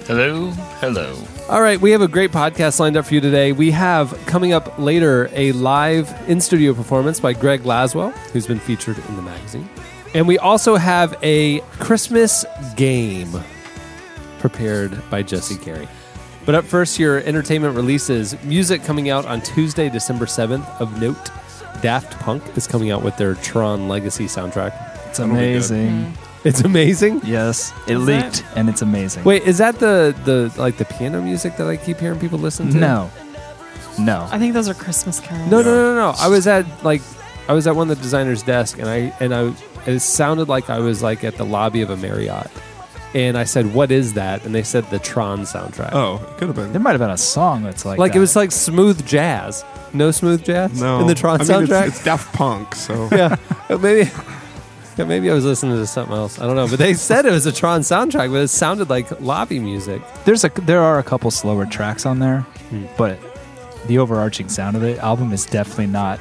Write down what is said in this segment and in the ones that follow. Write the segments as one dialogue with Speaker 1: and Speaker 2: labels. Speaker 1: Hello, hello.
Speaker 2: All right, we have a great podcast lined up for you today. We have coming up later a live in studio performance by Greg Laswell, who's been featured in the magazine. And we also have a Christmas game prepared by Jesse Carey. But up first, your entertainment releases music coming out on Tuesday, December 7th. Of note, Daft Punk is coming out with their Tron Legacy soundtrack.
Speaker 3: It's amazing.
Speaker 2: It's amazing.
Speaker 3: Yes, it leaked
Speaker 4: that-
Speaker 3: and it's amazing.
Speaker 2: Wait, is that the, the like the piano music that I keep hearing people listen to?
Speaker 3: no. No.
Speaker 4: I think those are Christmas carols.
Speaker 2: No, no, no, no, no. I was at like, I was at one of the designer's desk, and I and I, it sounded like I was like at the lobby of a Marriott, and I said, "What is that?" And they said the Tron soundtrack.
Speaker 5: Oh, it could have been.
Speaker 3: There might have been a song that's like
Speaker 2: like
Speaker 3: that.
Speaker 2: it was like smooth jazz. No smooth jazz
Speaker 5: No.
Speaker 2: in the Tron
Speaker 5: I mean, it's-
Speaker 2: soundtrack.
Speaker 5: It's, Daft Punk, so
Speaker 2: yeah, Uh, maybe. Yeah, maybe I was listening to something else. I don't know, but they said it was a Tron soundtrack, but it sounded like lobby music.
Speaker 3: There's a there are a couple slower tracks on there, but the overarching sound of the album is definitely not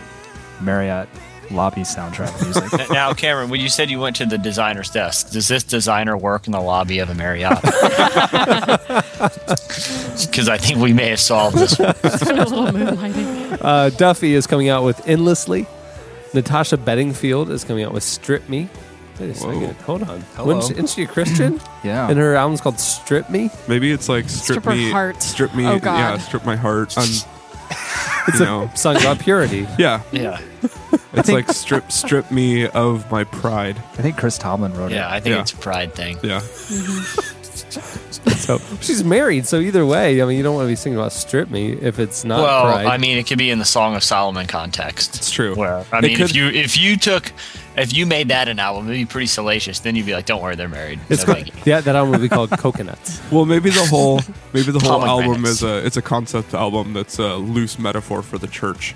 Speaker 3: Marriott lobby soundtrack music.
Speaker 1: Now, Cameron, when you said you went to the designer's desk, does this designer work in the lobby of a Marriott? Because I think we may have solved this one.
Speaker 4: a little moonlighting.
Speaker 2: Uh, Duffy is coming out with Endlessly. Natasha Bedingfield is coming out with Strip Me. Wait a second. Hold on. Wouldn't she- Isn't she a Christian?
Speaker 3: yeah.
Speaker 2: And her album's called Strip Me.
Speaker 5: maybe it's like strip
Speaker 4: Stripper
Speaker 5: me,
Speaker 4: heart.
Speaker 5: strip me,
Speaker 4: Oh, God.
Speaker 5: yeah, strip my heart. On,
Speaker 2: It's
Speaker 5: you know,
Speaker 2: a song about purity.
Speaker 5: yeah,
Speaker 1: Yeah,
Speaker 5: it's like strip, strip me of my pride.
Speaker 3: I think Chris Tomlin wrote
Speaker 1: yeah.
Speaker 3: it.
Speaker 1: I think
Speaker 5: Yeah.
Speaker 1: it's a pride thing.
Speaker 5: Yeah,
Speaker 2: So she's married. So either way, I mean, you don't want to be singing about Strip Me if it's not
Speaker 1: Well,
Speaker 2: pride.
Speaker 1: I mean, it could be in the Song of Solomon context.
Speaker 5: It's true.
Speaker 1: Where I
Speaker 5: It
Speaker 1: mean,
Speaker 5: could-
Speaker 1: if you if you took if you made that an album, it'd be pretty salacious. Then you'd be like, "Don't worry, they're married."
Speaker 2: it's
Speaker 1: No
Speaker 2: called,
Speaker 1: biggie.
Speaker 2: yeah, that album would be called Coconuts.
Speaker 5: well, maybe the whole, maybe the whole album
Speaker 1: Pomegranates.
Speaker 5: is a, it's a concept album that's a loose metaphor for the church.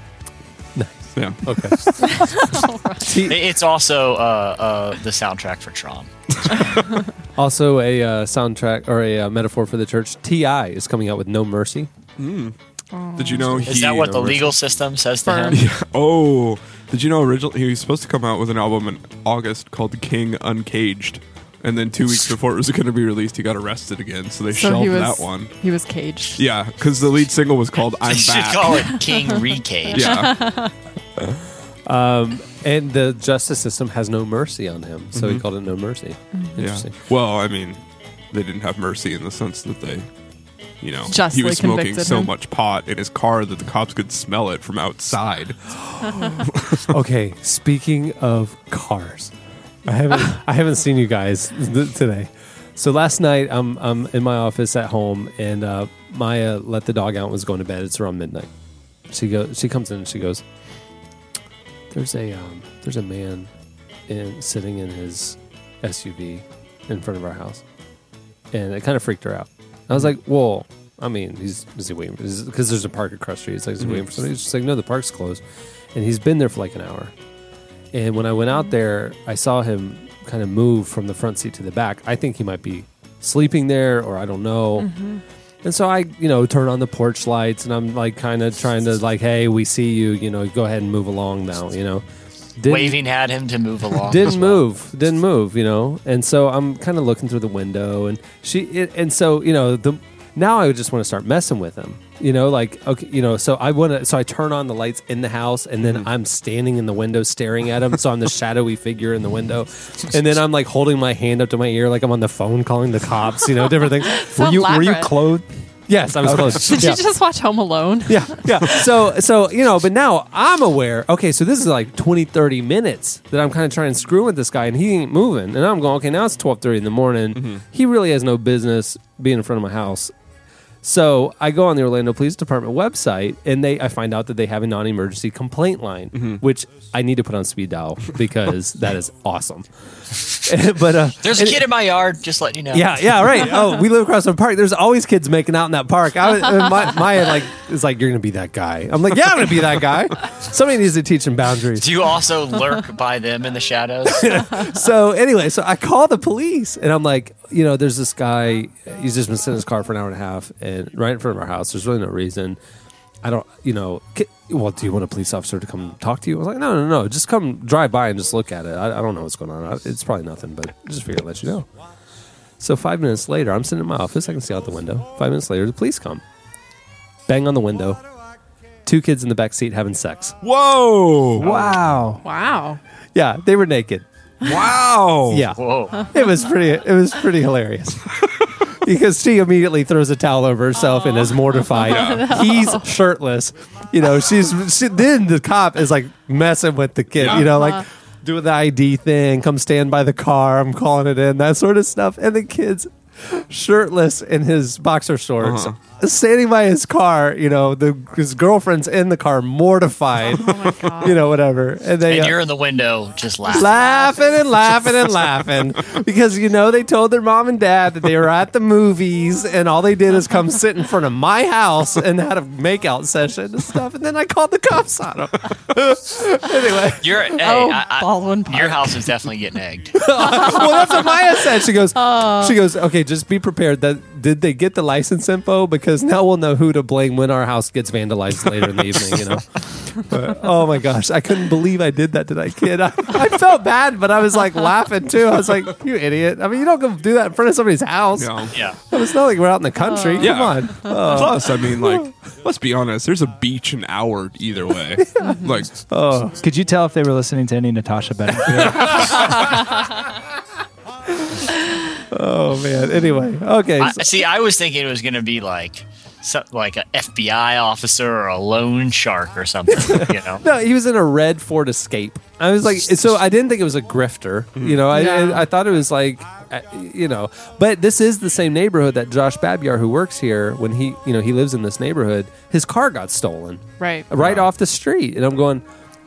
Speaker 5: Yeah,
Speaker 2: Okay.
Speaker 1: It- it's also uh, uh, the soundtrack for Tron.
Speaker 2: Also, a uh, soundtrack or a uh, metaphor for the church. Ti is coming out with No Mercy.
Speaker 4: Oh.
Speaker 5: did you know?
Speaker 1: Is
Speaker 5: he
Speaker 1: that what the
Speaker 5: orig-
Speaker 1: legal system says to him?
Speaker 5: Oh, did you know? Originally, he was supposed to come out with an album in August called King Uncaged, and then two weeks before it was going to be released, he got arrested again, so they
Speaker 4: So
Speaker 5: shelved
Speaker 4: he was
Speaker 5: that one.
Speaker 4: he was caged.
Speaker 5: Yeah, because the lead single was called "I'm
Speaker 1: They should
Speaker 5: Back."
Speaker 1: call it King Recage.
Speaker 5: yeah,
Speaker 2: And the justice system has no mercy on him. So he called it No Mercy.
Speaker 5: yeah.
Speaker 2: Interesting.
Speaker 5: Well, I mean, they didn't have mercy in the sense that they, you know,
Speaker 4: Justly
Speaker 5: he was smoking
Speaker 4: convicted
Speaker 5: so
Speaker 4: him.
Speaker 5: much pot in his car that the cops could smell it from outside.
Speaker 2: Okay, speaking of cars, I haven't I haven't seen you guys th- today. So last night I'm I'm in my office at home, and uh, Maya let the dog out and was going to bed. It's around midnight. She goes. She comes in and she goes. There's a um, there's a man in, sitting in his SUV in front of our house, and it kind of freaked her out. I was like, well, I mean, he's is he waiting because there's a park across the street. It's like, is he waiting for somebody? She's like, no, the park's closed, and he's been there for like an hour. And when I went out there, I saw him kind of move from the front seat to the back. I think he might be sleeping there, or I don't know. And so I, you know, turn on the porch lights, and I'm like, kind of trying to like, hey, we see you. You know, go ahead and move along now. You know, Didn't-
Speaker 1: waving at him to move along. as
Speaker 2: didn't
Speaker 1: well.
Speaker 2: move didn't move you know and so i'm kind of looking through the window and she it, and so you know the now i would just want to start messing with him you know like okay you know so i want to so i turn on the lights in the house and
Speaker 4: Mm-hmm.
Speaker 2: then i'm standing in the window staring at him so i'm the shadowy figure in the window and then i'm like holding my hand up to my ear like i'm on the phone calling the cops you know different things
Speaker 3: Were you were you
Speaker 4: elaborate.
Speaker 3: clothed?
Speaker 2: yes i was close
Speaker 4: Did
Speaker 2: Yeah.
Speaker 4: you just watch Home Alone?
Speaker 2: yeah yeah so so you know but now i'm aware okay so this is like 20 30 minutes that i'm kind of trying to screw with this guy and he ain't moving and i'm going okay now it's twelve thirty in the morning he really has no business being in front of my house so i go on the orlando police department website and they i find out that they have a non-emergency complaint line which i need to put on speed dial because that is awesome but uh
Speaker 1: There's a kid in my yard. Just letting you know.
Speaker 2: yeah, yeah, right. Oh, we live across from a park. There's always kids making out in that park. I, was- and my, Maya like is like, you're gonna be that guy. I'm like, yeah, I'm gonna be that guy. Somebody needs to teach him boundaries.
Speaker 1: Do you also lurk by them in the shadows?
Speaker 2: So anyway, so I call the police and I'm like, you know, there's this guy. He's just been sitting in his car for an hour and a half, and right in front of our house. There's really no reason. I don't, you know. Ki- well, do you want a police officer to come talk to you? I was like, no, no, no. Just come drive by and just look at it. I, I don't know what's going on. I, it's probably nothing, but just figured I'd let you know. So five minutes later, I'm sitting in my office. I can see out the window. Five minutes later, the police come. Bang on the window. Two kids in the back seat having sex.
Speaker 5: Whoa!
Speaker 3: Wow.
Speaker 4: Wow.
Speaker 2: Yeah, they were naked.
Speaker 5: Wow!
Speaker 2: Yeah.
Speaker 1: Whoa!
Speaker 2: it was pretty it was pretty hilarious because she immediately throws a towel over herself and is mortified he's shirtless you know she's she, then the cop is like messing with the kid
Speaker 5: Yeah.
Speaker 2: you know like doing the id thing come stand by the car i'm calling it in that sort of stuff and the kid's shirtless in his boxer shorts standing by his car you know the his girlfriend's in the car mortified
Speaker 4: Oh my God.
Speaker 2: you know whatever and they
Speaker 1: And
Speaker 2: uh,
Speaker 1: you're in the window, just laughing.
Speaker 2: laughing and laughing and laughing because you know they told their mom and dad that they were at the movies and all they did is come sit in front of my house and had a makeout session and stuff and then I called the cops on them. anyway,
Speaker 1: You're hey,
Speaker 4: Oh,
Speaker 1: I- I-
Speaker 4: Baldwin Park.
Speaker 1: your house is definitely getting egged.
Speaker 2: well that's what Maya said. She goes, she goes, okay, just be prepared that did they get the license info because now we'll know who to blame when our house gets vandalized later in the evening. You know. But, oh my gosh, I couldn't believe I did that to that kid. I, I felt bad, but I was like laughing too. I was like, "You idiot!" I mean, you don't go do that in front of somebody's house.
Speaker 5: Yeah.
Speaker 1: Yeah.
Speaker 2: It's not like we're out in the country. Come
Speaker 5: Yeah.
Speaker 2: on.
Speaker 5: Plus, I mean, like, let's be honest. There's a beach an hour either way. Like,
Speaker 2: Uh,
Speaker 3: Could you tell if they were listening to any Natasha Bedingfield?
Speaker 2: Oh man. Anyway, okay.
Speaker 1: I,
Speaker 2: so-
Speaker 1: see, I was thinking it was going to be like, so- like an FBI officer or a loan shark or something. You know,
Speaker 2: No, he was in a red Ford Escape. I was like, so I didn't think it was a grifter. You know, I,
Speaker 4: Yeah.
Speaker 2: I, I thought it was like, uh, you know, but this is the same neighborhood that Josh Babiar, who works here, when he, you know, he lives in this neighborhood, his car got stolen
Speaker 4: Right.
Speaker 2: right off the street, and I'm going.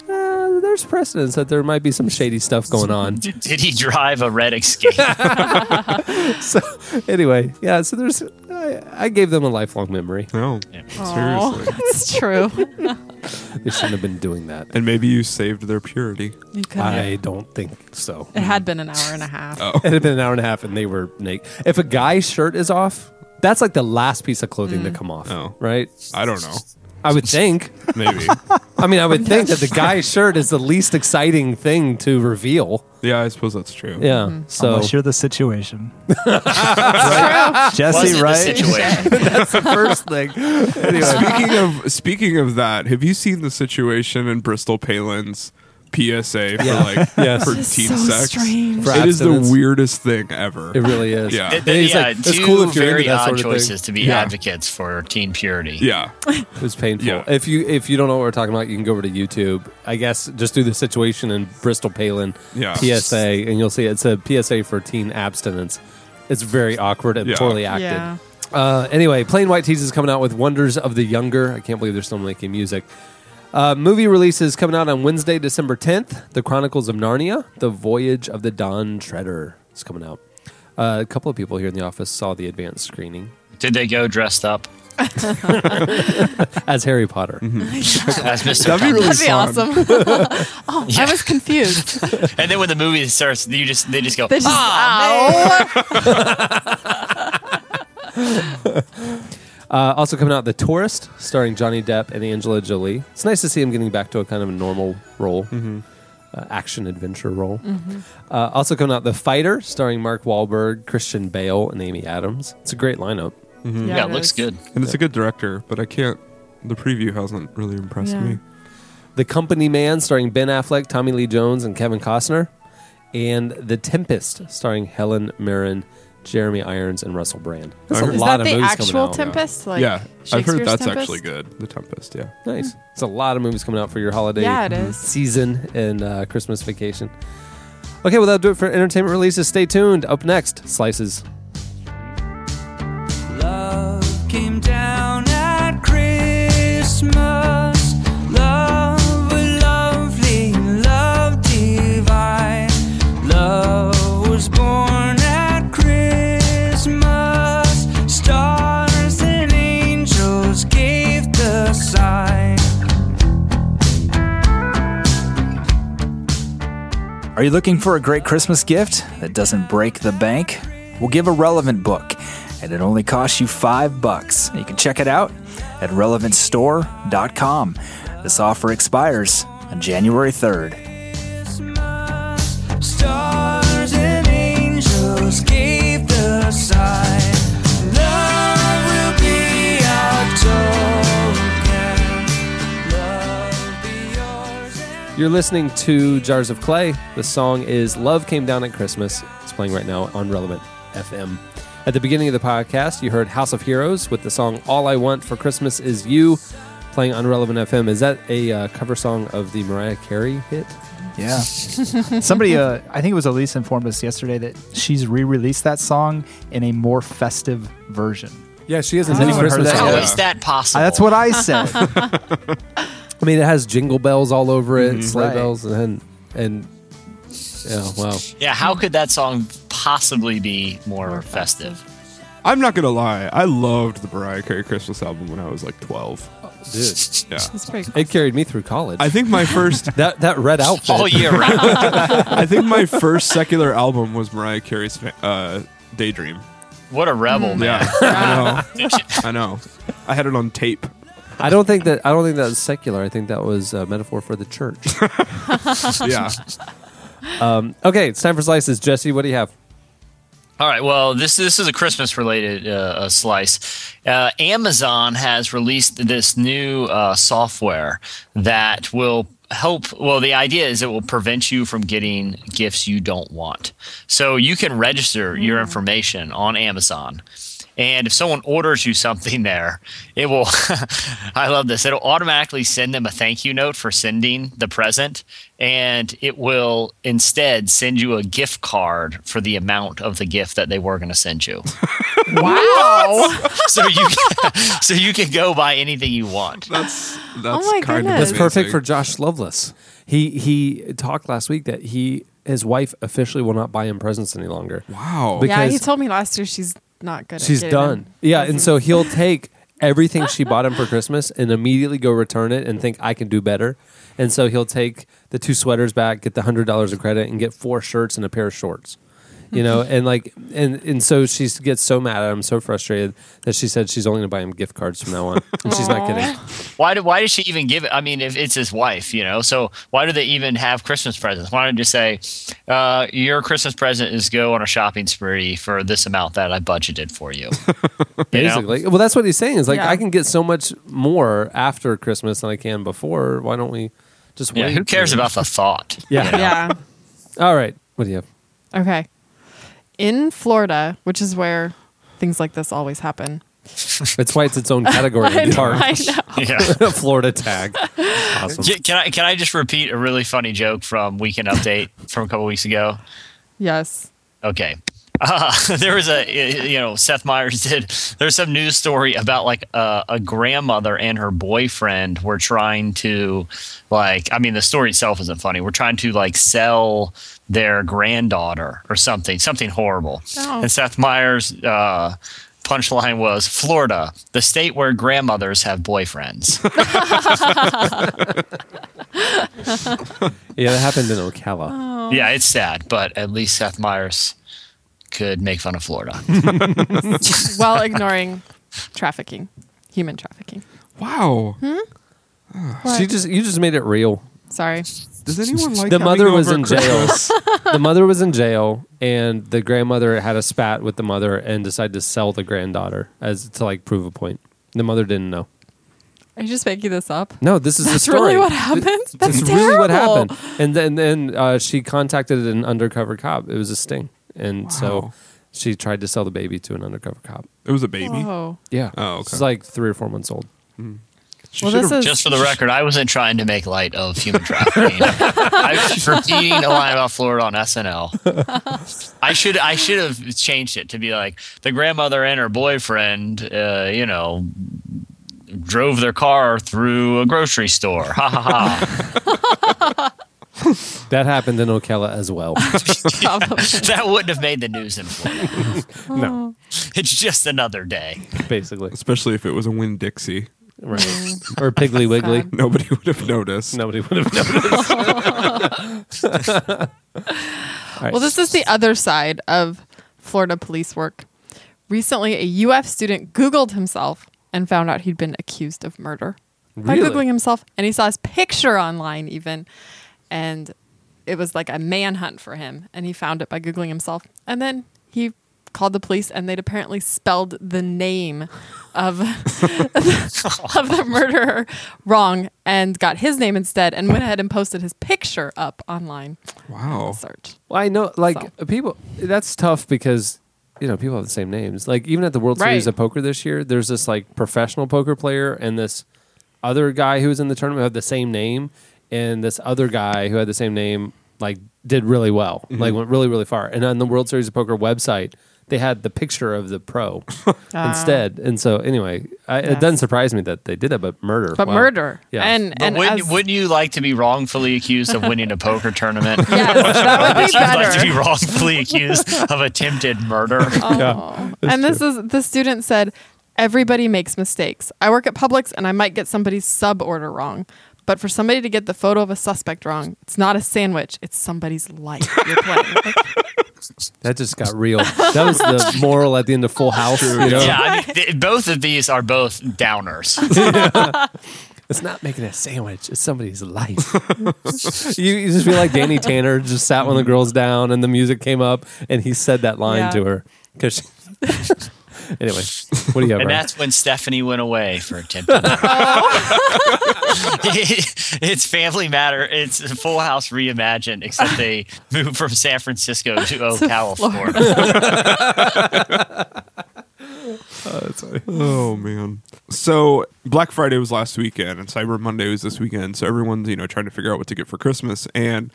Speaker 2: Uh, there's precedence that there might be some shady stuff going on.
Speaker 1: did, did he drive a red escape?
Speaker 2: so, anyway, yeah. So there's, I, I gave them a lifelong memory.
Speaker 5: no,
Speaker 4: Aw,
Speaker 5: seriously.
Speaker 4: That's true.
Speaker 2: They shouldn't have been doing that.
Speaker 5: And maybe you saved their purity.
Speaker 4: You could
Speaker 2: I don't think so.
Speaker 4: It had been an hour and a half.
Speaker 5: Oh,
Speaker 2: It had been an hour and a half, and they were naked. If a guy's shirt is off, that's like the last piece of clothing to come off,
Speaker 5: Oh.
Speaker 2: right?
Speaker 5: I don't know.
Speaker 2: I would think.
Speaker 5: Maybe.
Speaker 2: I mean, I would think that the guy's shirt is the least exciting thing to reveal.
Speaker 5: yeah, I suppose that's true.
Speaker 2: Yeah. Mm. So
Speaker 3: Unless you're the situation.
Speaker 1: Was
Speaker 3: Jesse,
Speaker 1: it the
Speaker 3: right?
Speaker 1: situation?
Speaker 2: that's the first thing.
Speaker 5: Speaking of speaking of that, have you seen the situation in Bristol Palin's PSA for
Speaker 2: Yeah.
Speaker 5: like
Speaker 2: Yes.
Speaker 5: for teen
Speaker 4: This is so
Speaker 5: sex?
Speaker 4: strange.
Speaker 2: For
Speaker 5: It is the
Speaker 2: abstinence.
Speaker 5: weirdest thing ever.
Speaker 2: It really is.
Speaker 5: Yeah.
Speaker 1: Th-
Speaker 5: And
Speaker 1: th-
Speaker 2: he's
Speaker 1: yeah,
Speaker 2: like, it's
Speaker 1: two
Speaker 2: cool if you're into
Speaker 1: very
Speaker 2: that
Speaker 1: odd
Speaker 2: sort of thing.
Speaker 1: choices to be
Speaker 5: Yeah.
Speaker 1: advocates for teen purity.
Speaker 5: yeah.
Speaker 2: It was painful.
Speaker 5: Yeah.
Speaker 2: If you if you don't know what we're talking about, you can go over to YouTube. I guess just do the situation in Bristol Palin
Speaker 5: Yeah.
Speaker 2: PSA, and you'll see it's a PSA for teen abstinence. It's very awkward and
Speaker 5: Yeah.
Speaker 2: poorly acted.
Speaker 4: Yeah.
Speaker 2: Uh, anyway, Plain White Tees is coming out with Wonders of the Younger. I can't believe they're still making music. Uh, movie releases coming out on Wednesday, December 10th. The Chronicles of Narnia, The Voyage of the Don Treader is coming out. Uh, a couple of people here in the office saw the advanced screening
Speaker 1: Did they go dressed up
Speaker 2: as Harry Potter.
Speaker 1: as Mr.
Speaker 5: That'd be really
Speaker 4: That'd be
Speaker 5: fun.
Speaker 4: awesome. oh, I was confused.
Speaker 1: and then when the movie starts, you just they just go.
Speaker 4: They just, oh,
Speaker 1: "Ah!"
Speaker 4: Ow.
Speaker 2: Uh, also coming out, The Tourist, starring Johnny Depp and Angela Jolie. It's nice to see him getting back to a kind of a normal role. uh, action adventure role. Uh, also coming out, The Fighter, starring Mark Wahlberg, Christian Bale, and Amy Adams. It's a great lineup.
Speaker 4: Yeah,
Speaker 1: Yeah, it looks
Speaker 4: is.
Speaker 1: good.
Speaker 5: And it's a good director, but I can't. The preview hasn't really impressed
Speaker 4: Yeah.
Speaker 5: me.
Speaker 2: The Company Man, starring Ben Affleck, Tommy Lee Jones, and Kevin Costner, and The Tempest, starring Helen Mirren, Jeremy Irons, and Russell Brand. That's a
Speaker 5: Is
Speaker 4: Is
Speaker 2: lot
Speaker 4: that
Speaker 2: of
Speaker 4: the
Speaker 2: movies
Speaker 4: actual
Speaker 2: coming out.
Speaker 4: Tempest? Like
Speaker 5: yeah, I've heard
Speaker 4: Shakespeare's
Speaker 5: that's
Speaker 4: Tempest?
Speaker 5: actually good. The Tempest, yeah.
Speaker 2: Nice. It's a lot of movies coming out for your holiday
Speaker 4: Yeah, it is.
Speaker 2: season and uh, Christmas vacation. Okay, well, that'll do it for entertainment releases. Stay tuned. Up next, Slices.
Speaker 6: Love came down at Christmas. Love was lovely, love divine. Love was born at Christmas. Stars and angels gave the sign.
Speaker 3: Are you looking for a great Christmas gift that doesn't break the bank? We'll give a relevant book, and it only costs you five bucks. You can check it out at relevantstore.com. This offer expires on January 3rd.
Speaker 6: Christmas, Stars and angels gave the sign. Love will be our token. Love be yours and
Speaker 2: You're listening to Jars of Clay. The song is Love Came Down at Christmas. It's playing right now on Relevant FM. At the beginning of the podcast, you heard House of Heroes with the song All I Want for Christmas Is You playing on Relevant FM. Is that a uh, cover song of the Mariah Carey hit?
Speaker 3: Yeah. Somebody, uh, I think it was Elise, informed us yesterday that she's re released that song in a more festive version.
Speaker 2: Yeah, she isn't.
Speaker 3: anyone heard that
Speaker 1: How
Speaker 3: Yeah.
Speaker 1: is that possible?
Speaker 3: that's what I said.
Speaker 2: I mean, it has jingle bells all over it, sleigh
Speaker 3: Mm-hmm. Right.
Speaker 2: bells, and and yeah, wow.
Speaker 1: Yeah, how could that song possibly be more festive?
Speaker 5: I'm not gonna lie. I loved the Mariah Carey Christmas album when I was like 12.
Speaker 2: Dude,
Speaker 5: Yeah,
Speaker 4: That's pretty cool.
Speaker 2: it carried me through college.
Speaker 5: I think my first,
Speaker 2: that that red outfit.
Speaker 3: Oh,
Speaker 1: All year round.
Speaker 5: I think my first secular album was Mariah Carey's fa- uh, Daydream.
Speaker 1: What a rebel, man.
Speaker 5: Yeah, I know. I know. I had it on tape.
Speaker 2: I don't think that I don't think that was secular. I think that was a metaphor for the church.
Speaker 5: Yeah,
Speaker 2: okay, it's time for slices. Jesse, what do you have?
Speaker 1: All right. Well, this this is a Christmas related uh, uh, slice. Uh, Amazon has released this new uh, software that will help. Well, the idea is it will prevent you from getting gifts you don't want. So you can register your information on Amazon. And if someone orders you something there, it will. I love this. It'll automatically send them a thank you note for sending the present, and it will instead send you a gift card for the amount of the gift that they were going to send you.
Speaker 4: Wow.
Speaker 1: so you, so you can go buy anything you want.
Speaker 5: that's that's
Speaker 4: Oh my
Speaker 5: kind of
Speaker 4: goodness. That's
Speaker 2: That's perfect
Speaker 5: amazing.
Speaker 2: for Josh Loveless. He he talked last week that he his wife officially will not buy him presents any longer.
Speaker 5: wow.
Speaker 2: Because-
Speaker 4: yeah, he told me last year she's not good.
Speaker 2: She's
Speaker 4: at getting
Speaker 2: done.
Speaker 4: them.
Speaker 2: Yeah, and
Speaker 5: Mm-hmm.
Speaker 2: so he'll take everything she bought him for Christmas and immediately go return it and think I can do better. And so he'll take the two sweaters back, get the hundred dollars of credit, and get four shirts and a pair of shorts. You know,
Speaker 5: Mm-hmm.
Speaker 2: and like, and and so she gets so mad at him, so frustrated that she said she's only going to buy him gift cards from now on, and she's not kidding.
Speaker 1: Why do Why does she even give it? I mean, if it's his wife, you know, so why do they even have Christmas presents? Why don't you say, uh, your Christmas present is go on a shopping spree for this amount that I budgeted for you? You know?
Speaker 2: Basically, well, that's what he's saying is like
Speaker 4: Yeah.
Speaker 2: I can get so much more after Christmas than I can before. Why don't we just
Speaker 1: Yeah,
Speaker 2: wait?
Speaker 1: who cares about the thought?
Speaker 2: Yeah.
Speaker 4: Yeah.
Speaker 2: All right. What do you have?
Speaker 4: Okay. In Florida, which is where things like this always happen.
Speaker 2: It's why it's its own category.
Speaker 4: I,
Speaker 2: in
Speaker 4: know,
Speaker 2: Tarn.
Speaker 4: I know.
Speaker 1: Yeah.
Speaker 2: Florida tag. Awesome.
Speaker 1: J- Can I can I just repeat a really funny joke from Weekend Update from a couple weeks ago?
Speaker 4: Yes.
Speaker 1: Okay. Uh, there was a uh, you know Seth Meyers did there's some news story about like a, a grandmother and her boyfriend were trying to like I mean the story itself isn't funny we're trying to like sell their granddaughter or something something horrible
Speaker 4: Oh.
Speaker 1: and Seth Meyers uh, punchline was Florida the state where grandmothers have boyfriends
Speaker 2: Yeah, that happened in Ocala.
Speaker 1: Yeah, it's sad, but at least Seth Meyers could make fun of Florida.
Speaker 4: While ignoring trafficking, human trafficking.
Speaker 5: Wow.
Speaker 4: Oh,
Speaker 2: She just you just made it real.
Speaker 4: Sorry.
Speaker 5: Does anyone like
Speaker 2: the
Speaker 5: having
Speaker 2: mother was
Speaker 5: over
Speaker 2: in jail.
Speaker 5: Christmas?
Speaker 2: the mother was in jail, and the grandmother had a spat with the mother and decided to sell the granddaughter as to like prove a point. The mother didn't know.
Speaker 4: Are you just making this up?
Speaker 2: No, this is the
Speaker 4: That's
Speaker 2: story.
Speaker 4: really what happened? That's
Speaker 2: That's really what
Speaker 4: terrible.
Speaker 2: happened. And then then uh, she contacted an undercover cop. It was a sting, and so
Speaker 5: Wow.
Speaker 2: she tried to sell the baby to an undercover cop.
Speaker 5: It was a baby.
Speaker 4: Whoa.
Speaker 2: Yeah.
Speaker 5: Oh, okay.
Speaker 2: She's like three or four months old.
Speaker 5: She
Speaker 4: Well,
Speaker 5: should've-
Speaker 4: this is
Speaker 1: Just for the record, I wasn't trying to make light of human trafficking. I was just repeating a line about Florida on SNL. I should I should have changed it to be like the grandmother and her boyfriend, uh, you know, drove their car through a grocery store. Ha ha ha!
Speaker 2: That happened in Ocala as well.
Speaker 4: problem.
Speaker 1: That wouldn't have made the news in Florida.
Speaker 2: no,
Speaker 1: It's just another day.
Speaker 2: basically.
Speaker 5: especially if it was a Win Dixie.
Speaker 2: Right. or Piggly Wiggly.
Speaker 4: Sad.
Speaker 5: Nobody would have noticed.
Speaker 2: Nobody would have known.
Speaker 4: Well, this is the other side of Florida police work. Recently, a UF student Googled himself and found out he'd been accused of murder by
Speaker 2: Really?
Speaker 4: Googling himself. And he saw his picture online, even. And it was like a manhunt for him. And he found it by Googling himself. And then he called the police, and they'd apparently spelled the name of, of the murderer wrong and got his name instead and went ahead and posted his picture up online.
Speaker 5: Wow.
Speaker 4: Search.
Speaker 2: Well, I know, like
Speaker 4: So.
Speaker 2: people. That's tough because you know people have the same names. Like even at the World Series
Speaker 4: Right.
Speaker 2: of Poker this year, there's this like professional poker player and this other guy who was in the tournament who had the same name, and this other guy who had the same name like did really well, like went really really far. And on the World Series of Poker website, they had the picture of the pro Ah. instead. And so anyway, I, it
Speaker 4: Yes.
Speaker 2: doesn't surprise me that they did it, but murder,
Speaker 4: But
Speaker 2: wow.
Speaker 4: murder.
Speaker 2: Yeah.
Speaker 4: And
Speaker 1: But
Speaker 4: and
Speaker 1: wouldn't,
Speaker 4: as-
Speaker 1: wouldn't you like to be wrongfully accused of winning a poker tournament?
Speaker 4: yes, that would be
Speaker 1: I'd like to be
Speaker 4: better.
Speaker 1: wrongfully accused of attempted murder.
Speaker 4: Oh. and this is the student said, everybody makes mistakes. I work at Publix and I might get somebody's sub order wrong. But for somebody to get the photo of a suspect wrong, it's not a sandwich, it's somebody's life you're playing. Like,
Speaker 2: That just got real. that was the moral at the end of Full House. you know?
Speaker 1: Yeah, I mean, th- both of these are both downers.
Speaker 2: It's not making a sandwich. It's somebody's life. you, you just feel like Danny Tanner just sat when the girls down and the music came up and he said that line
Speaker 4: Yeah.
Speaker 2: to her. Cause she- anyway, what do you have?
Speaker 1: And
Speaker 2: Ryan?
Speaker 1: that's when Stephanie went away for attempted murder. it's Family Matter. It's Full House reimagined, except they moved from San Francisco to Ocala, Florida.
Speaker 5: Oh man. So Black Friday was last weekend and Cyber Monday was this weekend. So everyone's, you know, trying to figure out what to get for Christmas and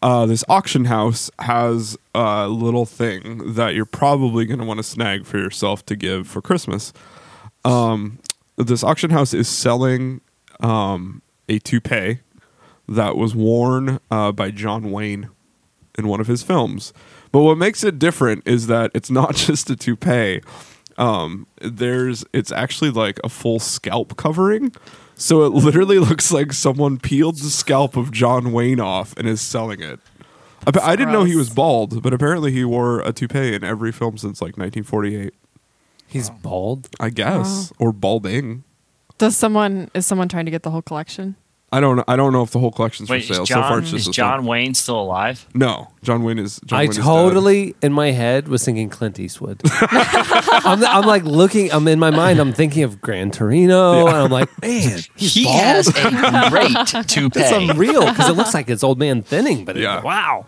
Speaker 5: uh, this auction house has a little thing that you're probably going to want to snag for yourself to give for Christmas. Um, this auction house is selling um, a toupee that was worn uh, by John Wayne in one of his films. But what makes it different is that it's not just a toupee. Um, there's it's actually like a full scalp covering. So it literally looks like someone peeled the scalp of John Wayne off and is selling it. I, I didn't know he
Speaker 4: gross.
Speaker 5: was bald, but apparently he wore a toupee in every film since like 1948.
Speaker 2: He's bald.
Speaker 5: I guess, or balding.
Speaker 4: Does someone is someone trying to get the whole collection?
Speaker 5: I don't. I don't know if the whole collection's
Speaker 1: Wait,
Speaker 5: for sale.
Speaker 1: is
Speaker 5: so far,
Speaker 1: John,
Speaker 5: it's just
Speaker 1: is
Speaker 5: this
Speaker 1: John
Speaker 5: one.
Speaker 1: Wayne still alive?
Speaker 5: No, John Wayne is. John
Speaker 2: I
Speaker 5: Wayne is dead.
Speaker 2: totally in my head was thinking Clint Eastwood. I'm, I'm like looking. I'm in my mind. I'm thinking of Gran Torino, and I'm like, man, he's
Speaker 1: he
Speaker 2: bald.
Speaker 1: has a great
Speaker 2: it's
Speaker 1: toupee.
Speaker 2: unreal because it looks like it's old man thinning. But it-
Speaker 5: Yeah.
Speaker 2: wow.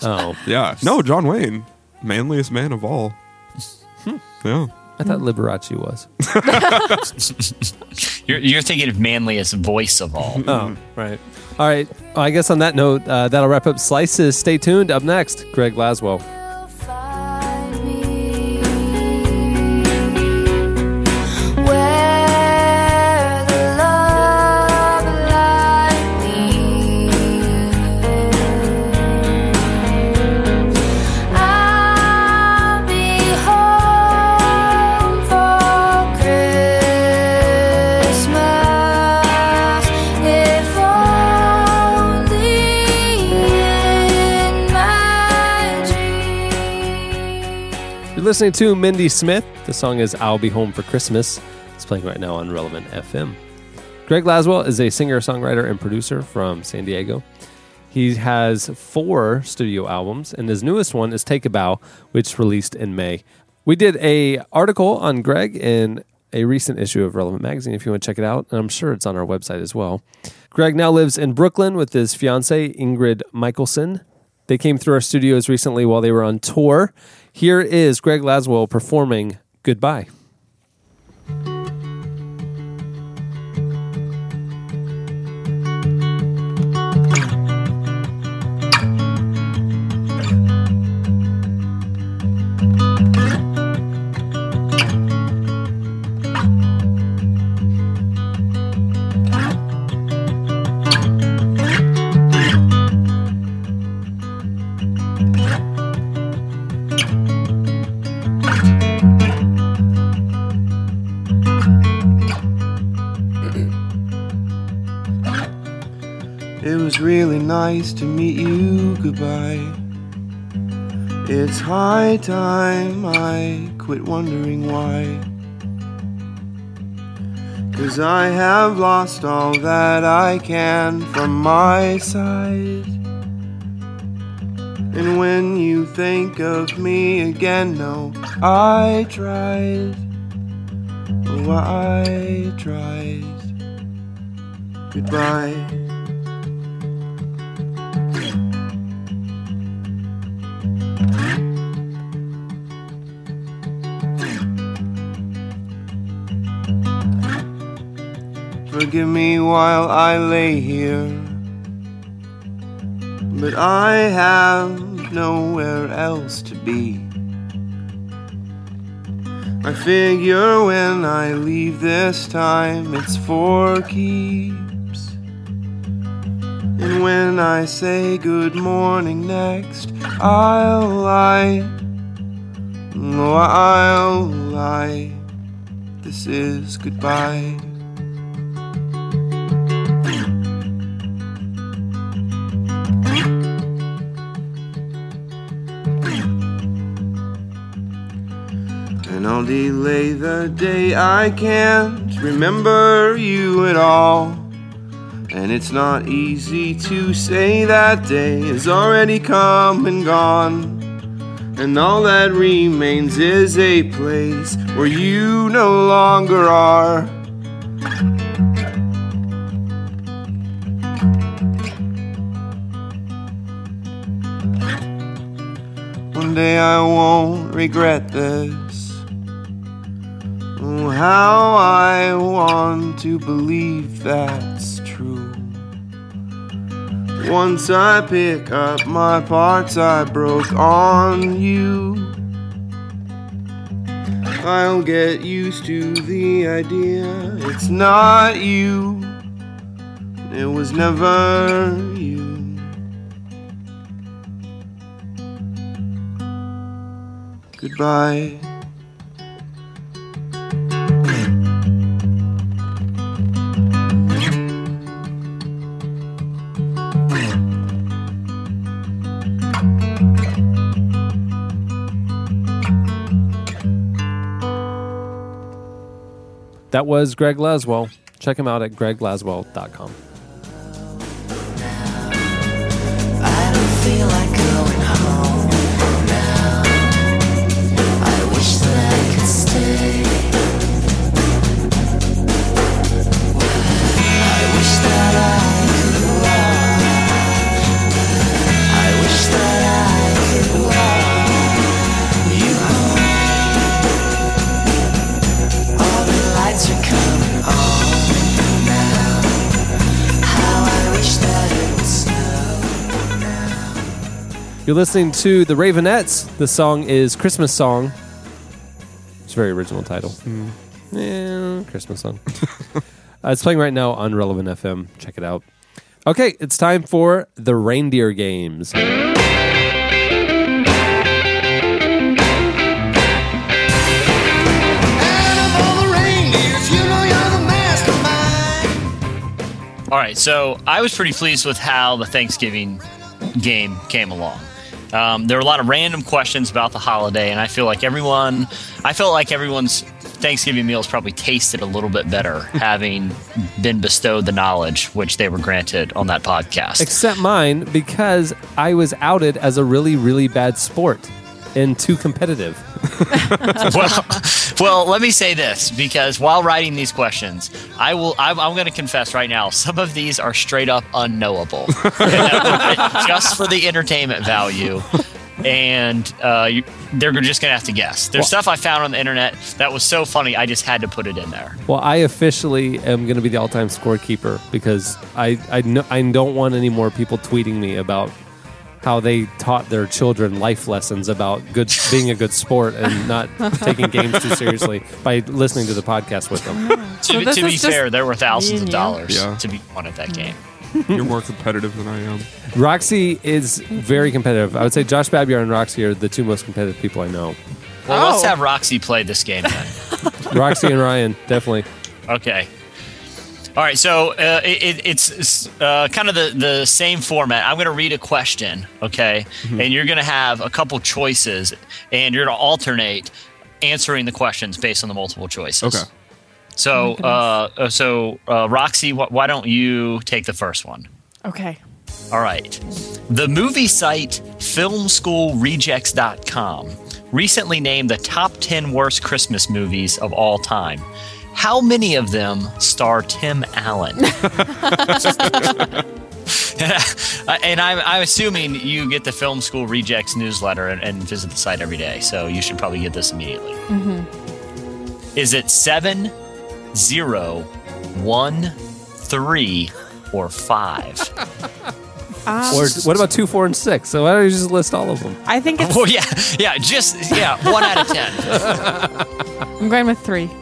Speaker 2: Oh,
Speaker 5: Yeah. No, John Wayne, manliest man of all.
Speaker 1: Hmm.
Speaker 5: Yeah.
Speaker 2: I thought Liberace was.
Speaker 1: You're, you're thinking of manliest voice of all.
Speaker 2: Oh, right. All right. Well, I guess on that note, uh, that'll wrap up Slices. Stay tuned. Up next, Greg Laswell.
Speaker 7: Find me where the love light leads. I'll be home for Christmas if only in my dreams.
Speaker 2: You're listening to Mindy Smith. The song is I'll Be Home for Christmas. It's playing right now on Relevant FM. Greg Laswell is a singer, songwriter, and producer from San Diego. He has four studio albums, and his newest one is Take a Bow, which released in May. We did a article on Greg in a recent issue of Relevant Magazine if you want to check it out, and I'm sure it's on our website as well. Greg now lives in Brooklyn with his fiancee, Ingrid Michelson. They came through our studios recently while they were on tour. Here is Greg Laswell performing Goodbye.
Speaker 6: It was really nice to meet you. Goodbye. It's high time I quit wondering why. Cause I have lost all that I can from my side. And when you think of me again, no, I tried. Oh, I tried. Goodbye. Forgive me while I lay here. But I have nowhere else to be. I figure when I leave this time, it's for keeps. And when I say good morning next, I'll lie. No, I'll lie. This is goodbye. And I'll delay the day I can't remember you at all. And it's not easy to say that day is already come and gone. And all that remains is a place where you no longer are. One day I won't regret this. Oh, how I want to believe that's true. Once I pick up my parts I broke on you, I'll get used to the idea it's not you, it was never you. Goodbye.
Speaker 2: That was Greg Laswell. Check him out at greglaswell.com.
Speaker 8: I don't feel like going home now. I wish that I could stay. I wish that I could walk. I wish that I could walk you home. All the lights are coming on now. How I wish that it would snow.
Speaker 2: You're listening to The Ravenettes. The song is Christmas Song. It's a very original title. Yeah, Christmas Song. uh, it's playing right now on Relevant FM. Check it out. Okay, it's time for The Reindeer Games.
Speaker 1: All right, so I was pretty pleased with how the Thanksgiving game came along. Um, there were a lot of random questions about the holiday, and I feel like everyone, I felt like everyone's Thanksgiving meals probably tasted a little bit better having been bestowed the knowledge which they were granted on that podcast.
Speaker 2: Except mine, because I was outed as a really, really bad sport and too competitive.
Speaker 1: well, well, let me say this because while writing these questions, I will. I'm, I'm going to confess right now. Some of these are straight up unknowable, And I wrote it just for the entertainment value. And uh, you, they're just going to have to guess. There's stuff I found on the internet that was so funny, I just had to put it in there.
Speaker 2: Well, I officially am going to be the all-time scorekeeper because I I, kno- I don't want any more people tweeting me about how they taught their children life lessons about good being a good sport and not taking games too seriously by listening to the podcast with them.
Speaker 1: To,
Speaker 4: So
Speaker 1: be-
Speaker 4: this
Speaker 1: to be
Speaker 4: is just
Speaker 1: fair, there were thousands
Speaker 4: me
Speaker 1: of
Speaker 4: and you?
Speaker 1: dollars
Speaker 5: Yeah.
Speaker 1: to be won at that game.
Speaker 5: You're more competitive than I am.
Speaker 2: Roxy is very competitive. I would say Josh Babier and Roxy are the two most competitive people I know.
Speaker 1: Well, let's
Speaker 4: Oh.
Speaker 1: have Roxy play this game then.
Speaker 2: Roxy and Ryan definitely.
Speaker 1: Okay. All right, so uh, it, it- it's, it's uh, kind of the, the same format. I'm going to read a question, okay? And you're going to have a couple choices, and you're going to alternate answering the questions based on the multiple choices.
Speaker 5: Okay.
Speaker 1: So,
Speaker 4: goodness.
Speaker 1: uh, uh, so uh, Roxy, wh- why don't you take the first one?
Speaker 4: Okay.
Speaker 1: All right. The movie site filmschoolrejects.com recently named the top 10 worst Christmas movies of all time. How many of them star Tim Allen? and I'm, I'm assuming you get the Film School Rejects newsletter and, and visit the site every day, so you should probably get this immediately. Is it seven, zero, one, three, or five?
Speaker 4: Um,
Speaker 2: Or what about two, four, and six? So why don't you just list all of them?
Speaker 4: I think it's.
Speaker 1: Well, yeah, yeah, just yeah, one out of ten.
Speaker 4: I'm going with three.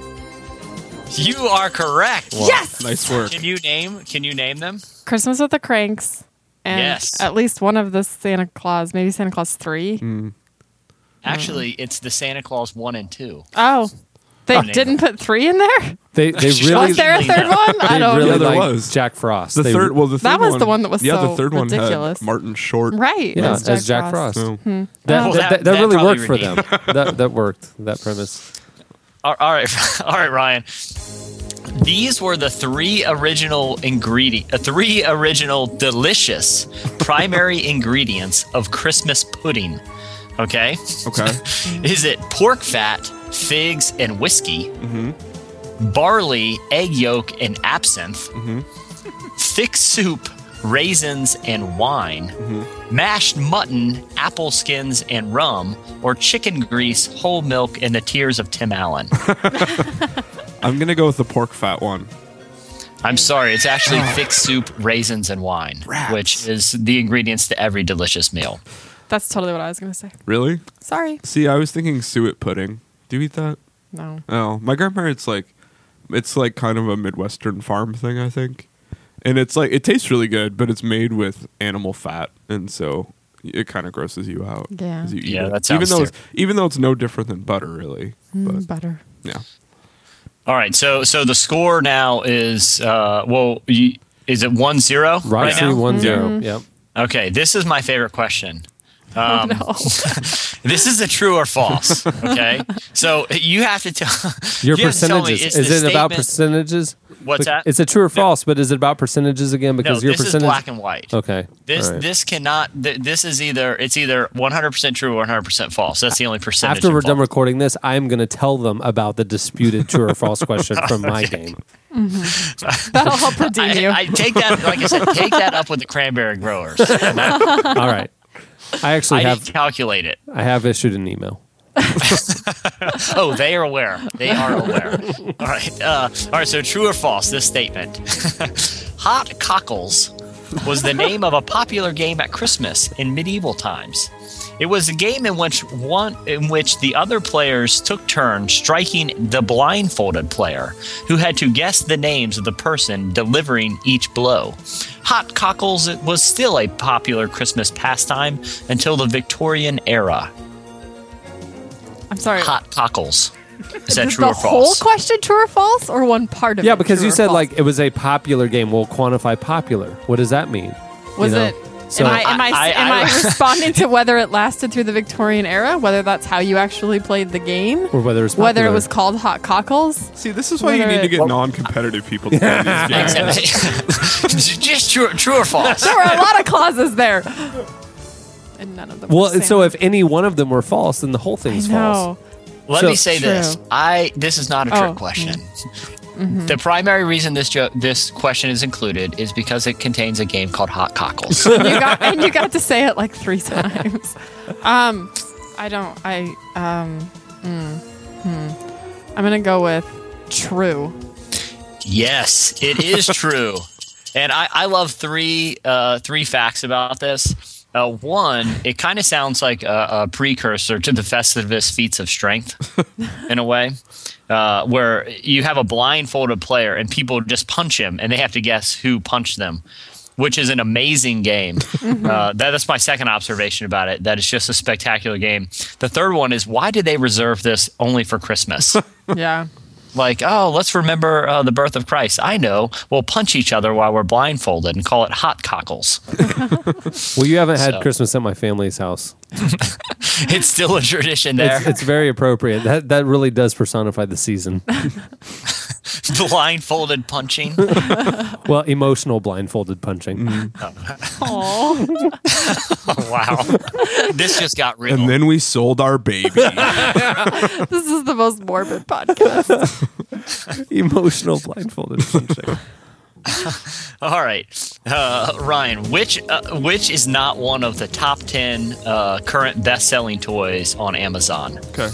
Speaker 1: You are correct.
Speaker 4: yes.
Speaker 5: Nice work.
Speaker 1: Can you name? Can you name them?
Speaker 4: Christmas with the Cranks. And
Speaker 1: Yes.
Speaker 4: at least one of the Santa Claus, maybe Santa Claus three.
Speaker 2: Mm.
Speaker 1: Actually, it's the Santa Claus one and two.
Speaker 4: Oh, they
Speaker 1: name
Speaker 4: didn't put three in there.
Speaker 2: They they
Speaker 1: Shut
Speaker 2: really
Speaker 4: Was there a third one? I
Speaker 2: they
Speaker 4: don't.
Speaker 2: really
Speaker 5: Yeah, there
Speaker 2: like
Speaker 5: was.
Speaker 2: Jack Frost.
Speaker 5: The
Speaker 2: They-
Speaker 5: third, well, the third
Speaker 4: That was
Speaker 5: one,
Speaker 4: the one that was
Speaker 5: yeah,
Speaker 4: so
Speaker 5: the third one
Speaker 4: ridiculous. Hmm.
Speaker 5: had Martin Short.
Speaker 4: right.
Speaker 2: Yeah,
Speaker 4: it's
Speaker 2: as Jack Frost.
Speaker 5: So,
Speaker 2: That,
Speaker 1: Well,
Speaker 2: that,
Speaker 1: that-
Speaker 2: that, that
Speaker 1: that
Speaker 2: really
Speaker 1: probably
Speaker 2: worked for them. that, that worked, that premise.
Speaker 1: All all right, all right, Ryan. These were the three original ingredient, uh, three original delicious primary ingredients of Christmas pudding. Okay,
Speaker 5: okay.
Speaker 1: is it pork fat, figs, and whiskey? Barley, egg yolk, and absinthe. Thick soup, raisins, and wine. Mashed mutton, apple skins, and rum. Or chicken grease, whole milk, and the tears of Tim Allen.
Speaker 5: I'm going to go with the pork fat one.
Speaker 1: I'm sorry, it's actually thick soup, raisins, and wine, which is the ingredients to every delicious meal.
Speaker 4: That's totally what I was going to say.
Speaker 5: Really?
Speaker 4: Sorry.
Speaker 5: See, I was thinking suet pudding. Do you eat that?
Speaker 4: No.
Speaker 5: Oh, my grandparents like it's like kind of a Midwestern farm thing, I think. And it's like it tastes really good, but it's made with animal fat, and so it kind of grosses you out.
Speaker 4: Yeah.
Speaker 5: as you eat
Speaker 1: Yeah,
Speaker 5: it.
Speaker 1: that
Speaker 5: even
Speaker 1: sounds
Speaker 5: though it's, even though it's no different than butter, really.
Speaker 4: Mm,
Speaker 5: But
Speaker 4: butter.
Speaker 5: yeah,
Speaker 1: All right, so so the score now is uh, well, you, is it one zero right
Speaker 2: Roxy
Speaker 1: now?
Speaker 2: one
Speaker 4: Mm-hmm.
Speaker 2: zero. Yep.
Speaker 1: Okay, this is my favorite question. Um, this is a true or false. Okay, so you have to tell
Speaker 2: Your
Speaker 1: you have to tell me,
Speaker 2: percentages.
Speaker 1: is
Speaker 2: Is,
Speaker 1: this
Speaker 2: it about
Speaker 1: statement-
Speaker 2: percentages?
Speaker 1: What's
Speaker 2: Bec-
Speaker 1: that?
Speaker 2: Is it true or false? But is it about percentages again?
Speaker 1: No,
Speaker 2: Because your
Speaker 1: this is
Speaker 2: percentage.
Speaker 1: black and white.
Speaker 2: Okay.
Speaker 1: This
Speaker 2: all right.
Speaker 1: this cannot. Th- this is either it's either 100 percent true or 100 percent false. That's the only percentage.
Speaker 2: After we're done
Speaker 1: involved.
Speaker 2: recording this, I'm going to tell them about the disputed true or false question from my game.
Speaker 4: That'll help redeem
Speaker 1: I,
Speaker 4: you.
Speaker 1: I take that, like I said, take that up with the cranberry growers.
Speaker 2: All right. I actually
Speaker 1: I didn't
Speaker 2: have
Speaker 1: calculate it.
Speaker 2: I have issued an email.
Speaker 1: Oh, they are aware. They are aware. all right. Uh, all right. So, true or false? This statement: Hot cockles was the name of a popular game at Christmas in medieval times. It was a game in which one in which the other players took turns striking the blindfolded player, who had to guess the names of the person delivering each blow. Hot cockles was still a popular Christmas pastime until the Victorian era.
Speaker 4: I'm sorry.
Speaker 1: Hot cockles. Is that
Speaker 4: Is
Speaker 1: true
Speaker 4: the
Speaker 1: or false?
Speaker 4: whole question true or false, or one part of it?
Speaker 2: Yeah, because
Speaker 4: true
Speaker 2: you
Speaker 4: or
Speaker 2: said
Speaker 4: false?
Speaker 2: like it was a popular game. Well, quantify popular. What does that mean? You
Speaker 4: was
Speaker 2: know?
Speaker 4: it
Speaker 2: So
Speaker 4: am I, am I,
Speaker 1: I-
Speaker 4: am
Speaker 1: I-
Speaker 4: I responding to whether it lasted through the Victorian era, whether that's how you actually played the game,
Speaker 2: Or whether it was
Speaker 4: whether it
Speaker 2: popular.
Speaker 4: was called hot cockles?
Speaker 5: See, this is why you
Speaker 4: Whether
Speaker 5: need to
Speaker 4: it-
Speaker 5: get non-competitive people to play these games.
Speaker 1: Except- just true, true or false.
Speaker 4: There were a lot of clauses there, and none of them.
Speaker 2: well,
Speaker 4: were
Speaker 2: and so
Speaker 4: salmon.
Speaker 2: if any one of them were false, then the whole thing's false.
Speaker 4: no,
Speaker 1: Let
Speaker 2: So-
Speaker 1: me say this.
Speaker 4: True.
Speaker 1: I this is not a trick
Speaker 4: Oh. Mm-hmm.
Speaker 1: question. The primary reason this jo- this question is included is because it contains a game called Hot Cockles.
Speaker 4: you got and you got to say it like three times. Um, I don't. I um. mm, hmm. I'm gonna go with true.
Speaker 1: Yes, it is true. and I, I love three uh, three facts about this. Uh, one, it kind of sounds like a, a precursor to the Festivus feats of strength, in a way, uh, where you have a blindfolded player and people just punch him, and they have to guess who punched them, which is an amazing game. uh, that, that's my second observation about it. That it's just a spectacular game. The third one is why did they reserve this only for Christmas?
Speaker 4: Yeah.
Speaker 1: like, oh, let's remember uh, the birth of Christ. I know. We'll punch each other while we're blindfolded and call it hot cockles.
Speaker 2: Well, you haven't had
Speaker 1: So-
Speaker 2: Christmas at my family's house.
Speaker 1: it's still a tradition there.
Speaker 2: It's, it's very appropriate. That that really does personify the season.
Speaker 1: blindfolded punching.
Speaker 2: well, emotional blindfolded punching.
Speaker 4: Aww.
Speaker 1: wow. this just got real.
Speaker 5: And then we sold our baby.
Speaker 4: this is the most morbid podcast.
Speaker 2: Emotional blindfolded punching.
Speaker 1: All right. Uh, Ryan, which uh, which is not one of the top 10 uh, current best-selling toys on Amazon?
Speaker 5: okay.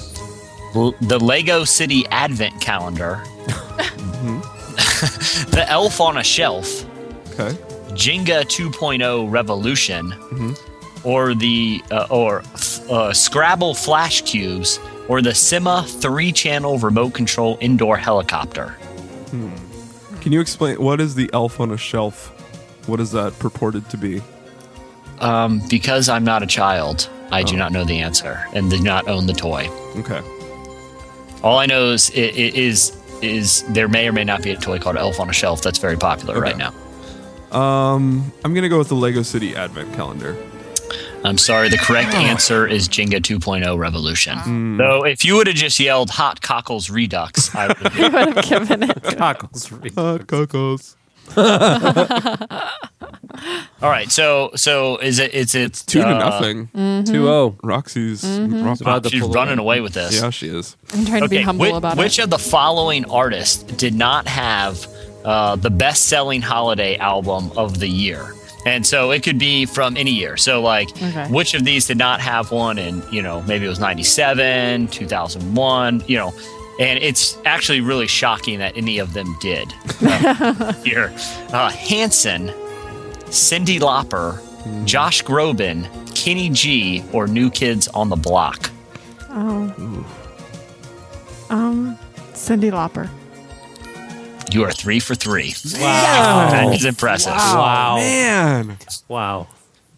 Speaker 1: L- the Lego City Advent Calendar. the Elf on a Shelf.
Speaker 5: Okay.
Speaker 1: Jenga 2.0 Revolution, or the uh, or uh, Scrabble Flash Cubes, or the Sima three-channel remote control indoor helicopter.
Speaker 5: Can you explain what is the elf on a shelf? What is that purported to be?
Speaker 1: Um, because I'm not a child, I do not know the answer and do not own the toy.
Speaker 5: Okay.
Speaker 1: All I know is it, it is is there may or may not be a toy called Elf on a Shelf that's very popular right
Speaker 5: Okay.
Speaker 1: now.
Speaker 5: I'm gonna go with the Lego City Advent Calendar.
Speaker 1: I'm sorry, the correct answer is Jenga 2.0 Revolution. Though if you would have just yelled "Hot Cockles Redux," I would have
Speaker 4: I would have given it.
Speaker 2: Cockles. re-
Speaker 5: Hot cockles.
Speaker 1: All right, so so is it? It's it's
Speaker 5: Two to
Speaker 1: uh,
Speaker 5: nothing.
Speaker 2: 2-0.
Speaker 5: Roxy's Roxy-
Speaker 2: about to
Speaker 1: She's
Speaker 2: pull
Speaker 1: running
Speaker 2: away.
Speaker 1: away with this.
Speaker 5: Yeah, she is.
Speaker 4: I'm trying to be
Speaker 1: Okay,
Speaker 4: humble
Speaker 1: which,
Speaker 4: about
Speaker 1: which
Speaker 4: it.
Speaker 1: of the following artists did not have uh, the best-selling holiday album of the year? And so it could be from any year. So like,
Speaker 4: Okay.
Speaker 1: which of these did not have one? And you know, maybe it was '97, 2001. You know. And it's actually really shocking that any of them did. Uh, here, uh, Hanson, Cindy Lauper, Josh Groban, Kenny G, or New Kids on the Block?
Speaker 4: Cindy Lauper.
Speaker 1: You are three for three. Wow. That is impressive.
Speaker 5: Oh.
Speaker 2: Wow.
Speaker 5: Man.
Speaker 2: Wow.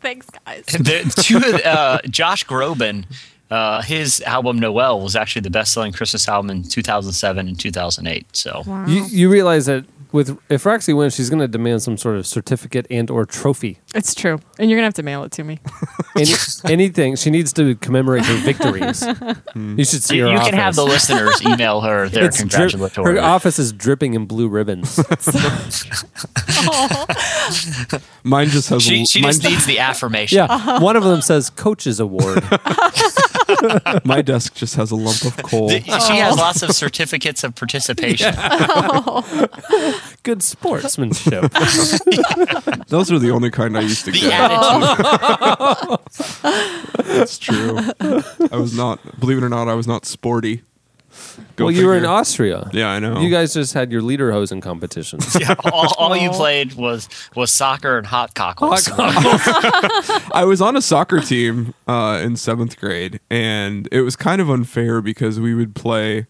Speaker 4: Thanks, guys.
Speaker 1: The, two of, uh, Josh Groban, uh, his album Noel was actually the best selling Christmas album in 2007 and 2008. So,
Speaker 4: Wow.
Speaker 2: You, you realize that with if Roxy wins, she's going to demand some sort of certificate and or trophy.
Speaker 4: It's true. And you're going to have to mail it to me.
Speaker 2: Any, anything she needs to commemorate her victories. Mm. You should see
Speaker 1: you
Speaker 2: her.
Speaker 1: can have the
Speaker 2: office.
Speaker 1: listeners email her their
Speaker 2: It's drip-
Speaker 1: congratulatory.
Speaker 2: her office is dripping in blue ribbons.
Speaker 5: Mine just has
Speaker 1: she, she
Speaker 5: mine
Speaker 1: just needs the affirmation.
Speaker 2: yeah, one of them says coach's award.
Speaker 5: My desk just has a lump of coal.
Speaker 1: The- She has lots of certificates of participation.
Speaker 2: Good sportsmanship.
Speaker 5: Those are the only kind I used to
Speaker 1: The
Speaker 5: get.
Speaker 1: attitude.
Speaker 5: That's true. I was not, believe it or not, I was not sporty. Go
Speaker 2: well, you were in
Speaker 5: figure.
Speaker 2: Austria.
Speaker 5: Yeah, I know.
Speaker 2: You guys just had your leaderhosen competition.
Speaker 1: Yeah, all, all you played was was soccer and hot cockles.
Speaker 5: I was on a soccer team uh, in seventh grade, and it was kind of unfair because we would play.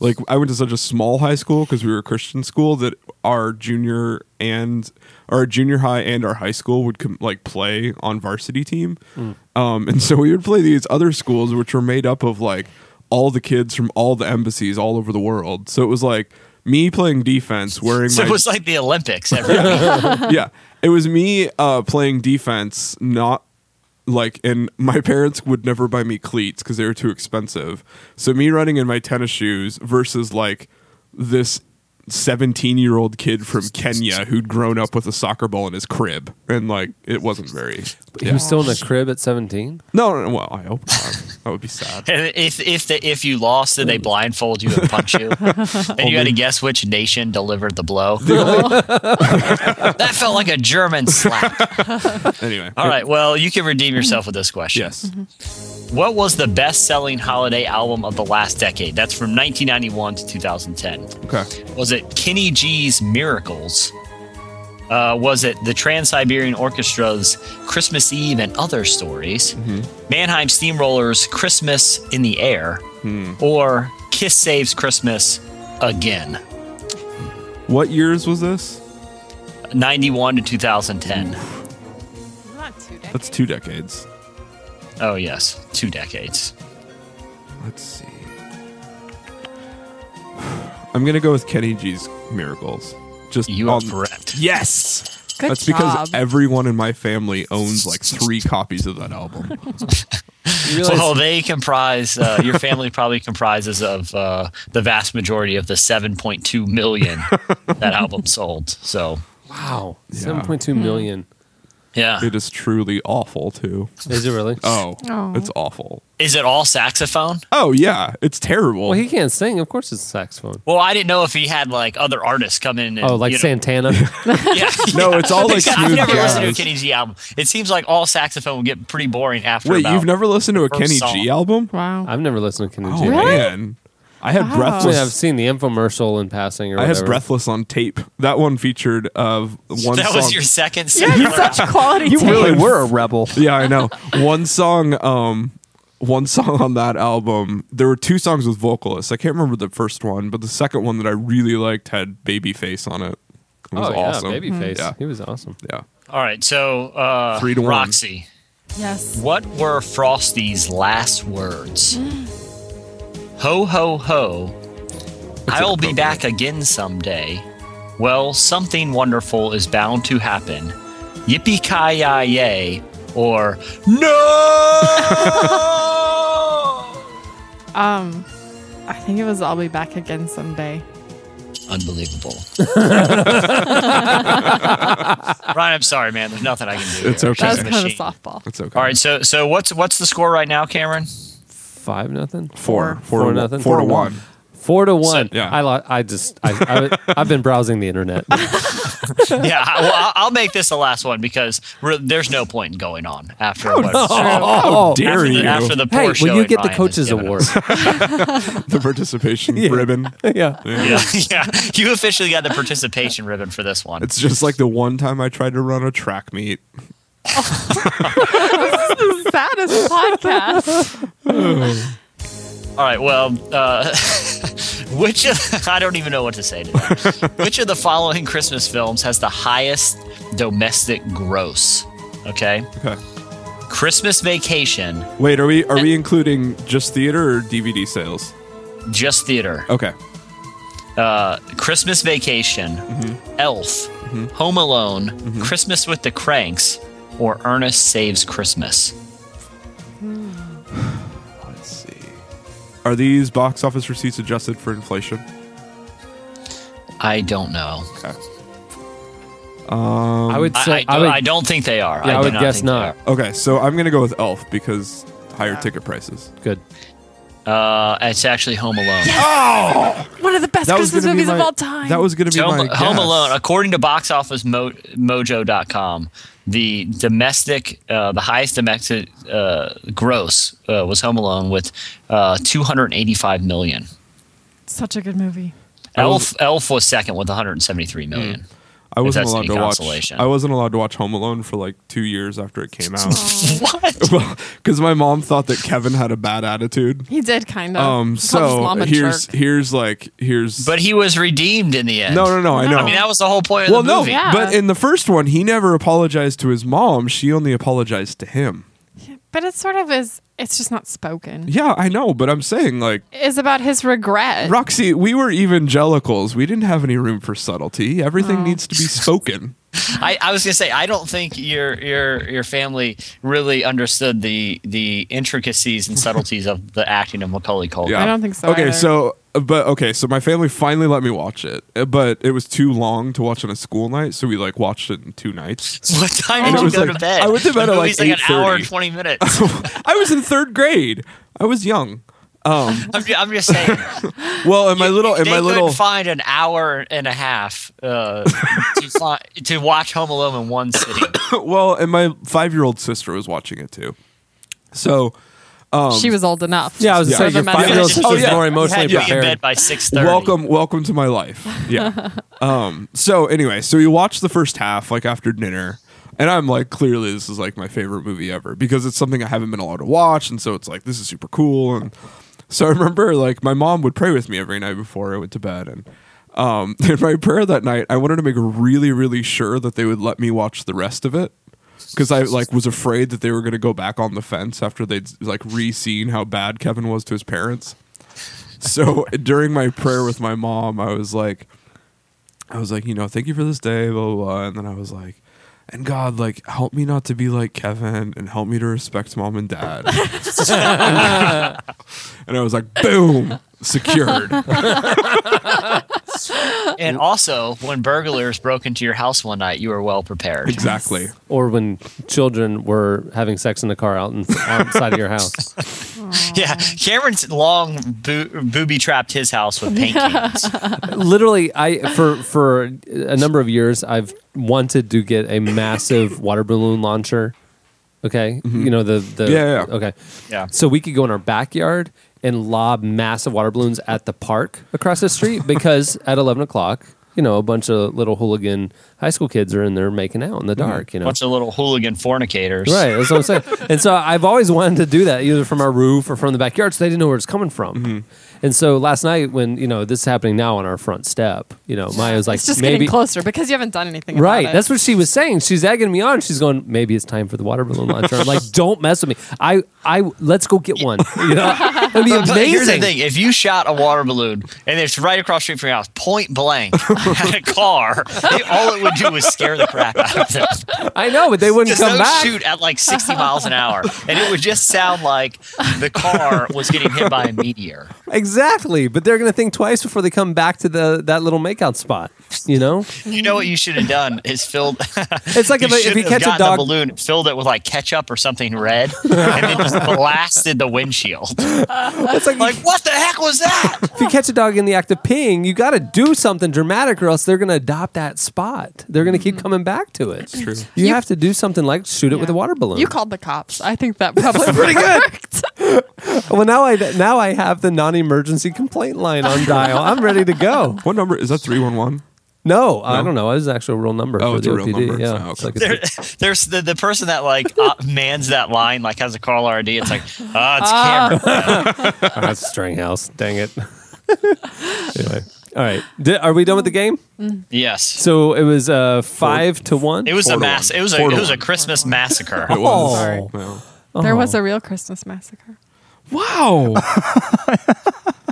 Speaker 5: Like I went to such a small high school because we were a Christian school that our junior and our junior high and our high school would com- like play on varsity team,
Speaker 1: Mm.
Speaker 5: um, and so we would play these other schools which were made up of like all the kids from all the embassies all over the world. So it was like me playing defense, wearing
Speaker 1: So
Speaker 5: my
Speaker 1: it was like the Olympics. Every week.
Speaker 5: yeah. It was me uh, playing defense, not like, and my parents would never buy me cleats because they were too expensive. So me running in my tennis shoes versus like this 17 year old kid from Kenya who'd grown up with a soccer ball in his crib. And like, it wasn't very.
Speaker 2: He was still in a crib at 17.
Speaker 5: No, no, no, well, I hope not. that would be sad.
Speaker 1: And if if the, if you lost, did they blindfold you and punch you? and you had to guess which nation delivered the blow. that felt like a German slap.
Speaker 5: Anyway.
Speaker 1: All right. Well, you can redeem yourself with this question.
Speaker 5: Yes.
Speaker 1: What was the best-selling holiday album of the last decade? That's from 1991 to 2010.
Speaker 5: Okay.
Speaker 1: Was it Kenny G's Miracles? Uh, was it the Trans Siberian Orchestra's Christmas Eve and Other Stories? Mannheim Steamroller's Christmas in the Air? Or Kiss Saves Christmas Again?
Speaker 5: What years was this?
Speaker 1: 91 to 2010.
Speaker 4: Not too decades.
Speaker 5: That's two decades.
Speaker 1: Oh, yes, two decades.
Speaker 5: Let's see. I'm going to go with Kenny G's Miracles. Just
Speaker 1: You are
Speaker 5: on-
Speaker 1: correct.
Speaker 5: Yes.
Speaker 4: Good
Speaker 5: That's
Speaker 4: job.
Speaker 5: because everyone in my family owns like three copies of that album.
Speaker 2: You realize
Speaker 1: Well, they comprise, uh, your family probably comprises of uh, the vast majority of the 7.2 million that album sold. So,
Speaker 2: Wow, seven point two million.
Speaker 1: yeah.
Speaker 5: it is truly awful too.
Speaker 2: Is it really?
Speaker 5: Oh,
Speaker 4: Oh.
Speaker 5: it's awful.
Speaker 1: Is it all saxophone?
Speaker 5: Oh yeah, it's terrible.
Speaker 2: Well, he can't sing. Of course, it's a saxophone.
Speaker 1: Well, I didn't know if he had like other artists come in. And,
Speaker 2: Oh, like
Speaker 1: you know-
Speaker 2: Santana.
Speaker 1: Yeah,
Speaker 5: no, it's all like
Speaker 1: I've
Speaker 5: smooth
Speaker 1: never listened to a
Speaker 5: jazz.
Speaker 1: Kenny G album. It seems like all saxophone would get pretty boring after.
Speaker 5: Wait,
Speaker 1: about-
Speaker 5: you've never listened to a
Speaker 1: first
Speaker 5: Kenny
Speaker 1: song.
Speaker 5: G album?
Speaker 4: Wow.
Speaker 2: I've never listened to Kenny
Speaker 5: Oh
Speaker 2: G.
Speaker 5: man, I had
Speaker 2: I mean, I've
Speaker 5: Breathless.
Speaker 2: seen the infomercial in passing or
Speaker 5: I
Speaker 2: whatever.
Speaker 5: have Breathless on tape. That one featured of one
Speaker 1: That
Speaker 5: song.
Speaker 1: was your second.
Speaker 4: You're
Speaker 1: singular
Speaker 4: such quality
Speaker 3: You
Speaker 4: tape.
Speaker 3: really were a rebel.
Speaker 5: yeah, I know. One song, um, one song on that album. There were two songs with vocalists. I can't remember the first one, but the second one that I really liked had Babyface on it. It was
Speaker 2: Oh
Speaker 5: awesome. Hmm,
Speaker 2: yeah, Babyface.
Speaker 5: Yeah,
Speaker 2: He was awesome.
Speaker 5: yeah.
Speaker 1: All right, so uh,
Speaker 5: Three to one.
Speaker 1: Roxy.
Speaker 4: Yes.
Speaker 1: What were Frosty's last words? ho ho ho! I'll be
Speaker 5: inappropriate.
Speaker 1: back again someday. Well, something wonderful is bound to happen. Yippee ki yay! Or no!
Speaker 4: Um, I think it was I'll be back again someday.
Speaker 1: Unbelievable. Ryan, I'm sorry, man. There's nothing I can do.
Speaker 5: It's
Speaker 1: here.
Speaker 5: okay.
Speaker 4: That was
Speaker 1: She's a
Speaker 4: kind of a
Speaker 1: machine.
Speaker 4: softball.
Speaker 5: It's okay.
Speaker 1: All right, so so what's what's the score right now, Cameron?
Speaker 2: Five nothing.
Speaker 5: four,
Speaker 2: Four
Speaker 5: four,
Speaker 2: nothing.
Speaker 5: four to
Speaker 2: Four to
Speaker 5: one.
Speaker 2: Four to one.
Speaker 5: yeah.
Speaker 2: I lo- I just I, I I've been browsing the internet.
Speaker 1: Yeah, I, well, I'll- I'll make this the last one because we're, there's no point in going on after what
Speaker 5: How
Speaker 1: Oh,
Speaker 5: dare
Speaker 1: after,
Speaker 5: you?
Speaker 1: the, after the
Speaker 2: hey,
Speaker 1: poor
Speaker 2: will
Speaker 1: show
Speaker 2: Oh, you
Speaker 1: that
Speaker 2: get the
Speaker 1: Ryan has
Speaker 2: coaches
Speaker 1: given
Speaker 2: award?
Speaker 1: us.
Speaker 5: the participation ribbon.
Speaker 2: yeah.
Speaker 1: yeah, yeah, you officially got the participation ribbon for this one.
Speaker 5: It's just like the one time I tried to run a track meet.
Speaker 4: The saddest podcast.
Speaker 1: All right. Well, uh, which of, I don't even know what to say to that. which of the following Christmas films has the highest domestic gross? Okay.
Speaker 5: Okay.
Speaker 1: Christmas Vacation,
Speaker 5: Wait, are we are we including just theater or DVD sales?
Speaker 1: just theater.
Speaker 5: Okay.
Speaker 1: Uh, Christmas Vacation,
Speaker 2: Mm-hmm.
Speaker 1: Elf, Home Alone, Christmas with the Cranks, or Ernest Saves Christmas.
Speaker 5: Let's see. Are these box office receipts adjusted for inflation?
Speaker 1: I don't know.
Speaker 5: Okay.
Speaker 2: I would
Speaker 5: Um,
Speaker 1: I-
Speaker 2: say
Speaker 1: I,
Speaker 2: I, would,
Speaker 1: I don't think they are.
Speaker 2: yeah, I
Speaker 1: do
Speaker 2: would guess
Speaker 1: think they
Speaker 2: not.
Speaker 5: Okay, so I'm gonna go with Elf because higher ticket prices.
Speaker 2: Good.
Speaker 1: are. Uh, it's actually Home Alone.
Speaker 4: Oh! One of the best Christmas
Speaker 5: gonna be
Speaker 4: movies
Speaker 5: my-
Speaker 4: of all time.
Speaker 5: That was gonna be
Speaker 1: Home,
Speaker 5: my
Speaker 1: Home
Speaker 5: guess.
Speaker 1: Alone, according to Box Office Mo- Mojo.com, the domestic, uh, the highest domestic uh, gross uh, was Home Alone with uh, 285 million.
Speaker 4: such a good movie.
Speaker 2: Oh.
Speaker 1: Elf, Elf was second with 173 million.
Speaker 5: I wasn't
Speaker 1: that's
Speaker 5: allowed
Speaker 1: any
Speaker 5: to
Speaker 1: consolation.
Speaker 5: watch. I wasn't allowed to watch Home Alone for like two years after it came out
Speaker 2: Mm.
Speaker 1: What?
Speaker 5: because my mom thought that Kevin had a bad attitude.
Speaker 4: Oh, He did kind of.
Speaker 5: Um, so here's here's like here's
Speaker 1: But he was redeemed in the end.
Speaker 5: no no no I know.
Speaker 1: I mean, that was the whole point of
Speaker 5: well
Speaker 1: the
Speaker 5: no,
Speaker 1: movie.
Speaker 4: Yeah.
Speaker 5: but in the first one he never apologized to his mom. She only apologized to him.
Speaker 4: But it sort of is. It's just not spoken.
Speaker 5: Yeah, I know, but I'm saying like
Speaker 4: Is about his regret.
Speaker 5: Roxy, we were evangelicals. We didn't have any room for subtlety. Everything
Speaker 4: Oh.
Speaker 5: needs to be spoken.
Speaker 1: I, I was gonna say I don't think your your your family really understood the the intricacies and subtleties of the acting of Macaulay Culkin.
Speaker 4: I don't think so
Speaker 5: Okay,
Speaker 4: either.
Speaker 5: so uh, but okay, so my family finally let me watch it, uh, but it was too long to watch on a school night, so we like watched it in two nights.
Speaker 1: What time
Speaker 5: And
Speaker 1: did
Speaker 5: it
Speaker 1: you
Speaker 5: was
Speaker 1: go
Speaker 5: like-
Speaker 1: to bed?
Speaker 5: I went to bed
Speaker 1: The
Speaker 5: at, like,
Speaker 1: movie's like an hour
Speaker 5: 8:30.
Speaker 1: and twenty minutes.
Speaker 5: I was in third grade. I was young. Um,
Speaker 1: I'm, ju- I'm just saying.
Speaker 5: well, in my little, in
Speaker 1: they
Speaker 5: my
Speaker 1: couldn't
Speaker 5: little,
Speaker 1: find an hour and a half uh, to, fi- to watch Home Alone in one sitting.
Speaker 5: well, and my five-year-old sister was watching it too. So,
Speaker 4: she was old enough.
Speaker 2: Yeah, I was
Speaker 4: So
Speaker 2: just saying
Speaker 4: the
Speaker 2: your
Speaker 4: message-
Speaker 2: five-year-old
Speaker 1: Yeah.
Speaker 2: sister's
Speaker 5: Oh, yeah.
Speaker 1: You
Speaker 2: more
Speaker 1: had to
Speaker 2: emotionally
Speaker 1: be in
Speaker 2: prepared.
Speaker 1: bed by six thirty.
Speaker 5: welcome, welcome to my life. Yeah. um. So anyway, so we watched the first half like after dinner, and I'm like, clearly this is like my favorite movie ever because it's something I haven't been allowed to watch, and so it's like this is super cool. And so I remember like my mom would pray with me every night before I went to bed, and um, in my prayer that night, I wanted to make really, really sure that they would let me watch the rest of it. Because I like was afraid that they were going to go back on the fence after they'd like re-seen how bad Kevin was to his parents so during my prayer with my mom, I was like, I was like, you know, thank you for this day, blah, blah, blah. And then I was like, and God, like, help me not to be like Kevin and help me to respect mom and dad. and I was like, boom, secured.
Speaker 1: And also, when burglars broke into your house one night, you were well prepared.
Speaker 5: exactly.
Speaker 2: Or when children were having sex in the car out in, outside of your house.
Speaker 1: Yeah, Cameron's long boo- booby trapped his house with paint cans.
Speaker 2: Literally, I for for a number of years, I've wanted to get a massive water balloon launcher. Okay, you know the the
Speaker 5: Mm-hmm. Yeah, yeah.
Speaker 2: okay,
Speaker 1: Yeah.
Speaker 2: So we could go in our backyard and lob massive water balloons at the park across the street because at eleven o'clock, you know, a bunch of little hooligan high school kids are in there making out in the dark. You know,
Speaker 1: bunch of little hooligan fornicators.
Speaker 2: Right, that's what I'm saying. and so I've always wanted to do that, either from our roof or from the backyard, so they didn't know where it's coming from.
Speaker 1: Mm-hmm.
Speaker 2: And so last night, when you know this is happening now on our front step, you know Maya was like,
Speaker 4: It's just
Speaker 2: maybe
Speaker 4: getting closer because you haven't done anything. about
Speaker 2: right.
Speaker 4: it.
Speaker 2: That's what she was saying. She's egging me on. She's going, maybe it's time for the water balloon launcher. I'm like, don't mess with me. I, I, let's go get one. You know, that'd be
Speaker 1: But here's the
Speaker 2: amazing.
Speaker 1: thing: if you shot a water balloon and it's right across the street from your house, point blank, at a car, it, all it would do is scare the crap out of them.
Speaker 2: I know, but they wouldn't
Speaker 1: Just
Speaker 2: come
Speaker 1: those
Speaker 2: back.
Speaker 1: shoot at like 60 miles an hour, and it would just sound like the car was getting hit by a meteor.
Speaker 2: Exactly, but they're gonna think twice before they come back to the that little makeout spot. You know,
Speaker 1: You know what you should have done is filled.
Speaker 2: it's like
Speaker 1: You
Speaker 2: if, a- if
Speaker 1: should
Speaker 2: you
Speaker 1: have
Speaker 2: catch a
Speaker 1: gotten
Speaker 2: dog.
Speaker 1: balloon, and filled it with like ketchup or something red, and then just blasted the windshield.
Speaker 2: It's like,
Speaker 1: Like, what the heck was that?
Speaker 2: if you catch a dog in the act of peeing, you got to do something dramatic, or else they're going to adopt that spot. They're going to keep coming back to it.
Speaker 5: True.
Speaker 2: You, have to do something like shoot it with a
Speaker 4: Yeah.
Speaker 2: water balloon.
Speaker 4: You called the cops. I think that probably pretty good.
Speaker 2: well, now I now I have the non-emergency complaint line on dial. I'm ready to go.
Speaker 5: What number is that? 311?
Speaker 2: No, I don't know. It was actually a real number.
Speaker 5: Oh,
Speaker 2: for
Speaker 5: it's
Speaker 2: the
Speaker 5: a real
Speaker 2: OPD.
Speaker 5: number.
Speaker 2: Yeah,
Speaker 5: Oh,
Speaker 2: it's
Speaker 5: okay.
Speaker 2: like a-
Speaker 1: There's the, the person that like uh, mans that line, like has a call RD. It's like, ah, it's Cameron.
Speaker 2: Ah, that's a string house. Dang it. anyway, all right. Di- are we done with the game?
Speaker 1: Yes.
Speaker 2: So it was uh, five to one.
Speaker 1: it was a
Speaker 5: Four to
Speaker 1: mass.
Speaker 5: one.
Speaker 1: It was a
Speaker 5: Four to
Speaker 1: it was a
Speaker 5: one.
Speaker 1: Christmas massacre.
Speaker 5: It was.
Speaker 2: Oh.
Speaker 5: Wow.
Speaker 4: There was a real Christmas massacre.
Speaker 5: Wow.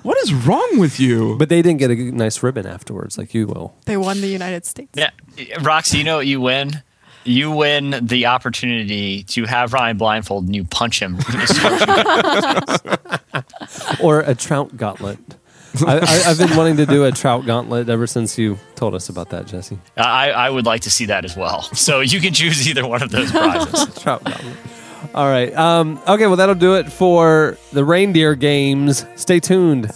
Speaker 5: what is wrong with you?
Speaker 2: but they didn't get a g- nice ribbon afterwards, like you will.
Speaker 4: They won the United States.
Speaker 1: Yeah, Roxy, you know what you win? You win the opportunity to have Ryan blindfolded and you punch him.
Speaker 2: or a trout gauntlet. I, I, I've been wanting to do a trout gauntlet ever since you told us about that, Jesse.
Speaker 1: I, I would like to see that as well. So you can choose either one of those prizes.
Speaker 2: Trout gauntlet. All right. Um, okay, well, that'll do it for the reindeer games. Stay tuned.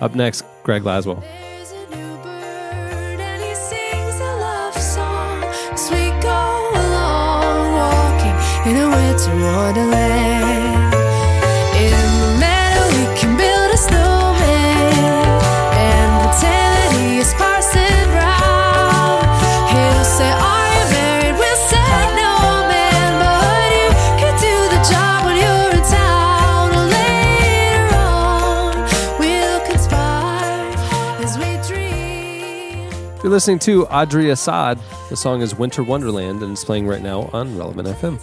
Speaker 2: Up next, Greg Laswell.
Speaker 7: There's a new bird and he sings a love song as we go along walking in a winter wonderland. In the meadow we can build a snowman and pretend that he is Parson Brown. He'll say, Are you married? We'll say no, man, but you can do the job when you're in town. Later on, we'll conspire as we dream.
Speaker 2: You're listening to Audrey Assad. The song is Winter Wonderland and it's playing right now on Relevant FM.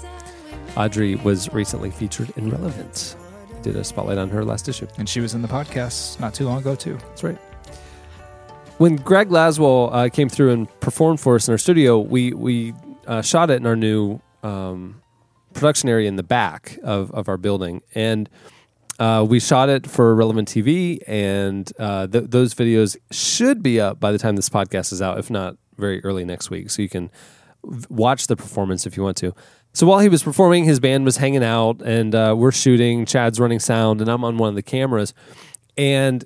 Speaker 2: Audrey was recently featured in Relevant. I did a spotlight on her last issue.
Speaker 3: And she was in the podcast not too long ago, too.
Speaker 2: That's right. When Greg Laswell uh, came through and performed for us in our studio, we we uh, shot it in our new um, production area in the back of, of our building, and uh, we shot it for Relevant TV, and uh, th- those videos should be up by the time this podcast is out, if not very early next week. So you can v- watch the performance if you want to. So while he was performing, his band was hanging out, and uh, we're shooting. Chad's running sound, and I'm on one of the cameras, and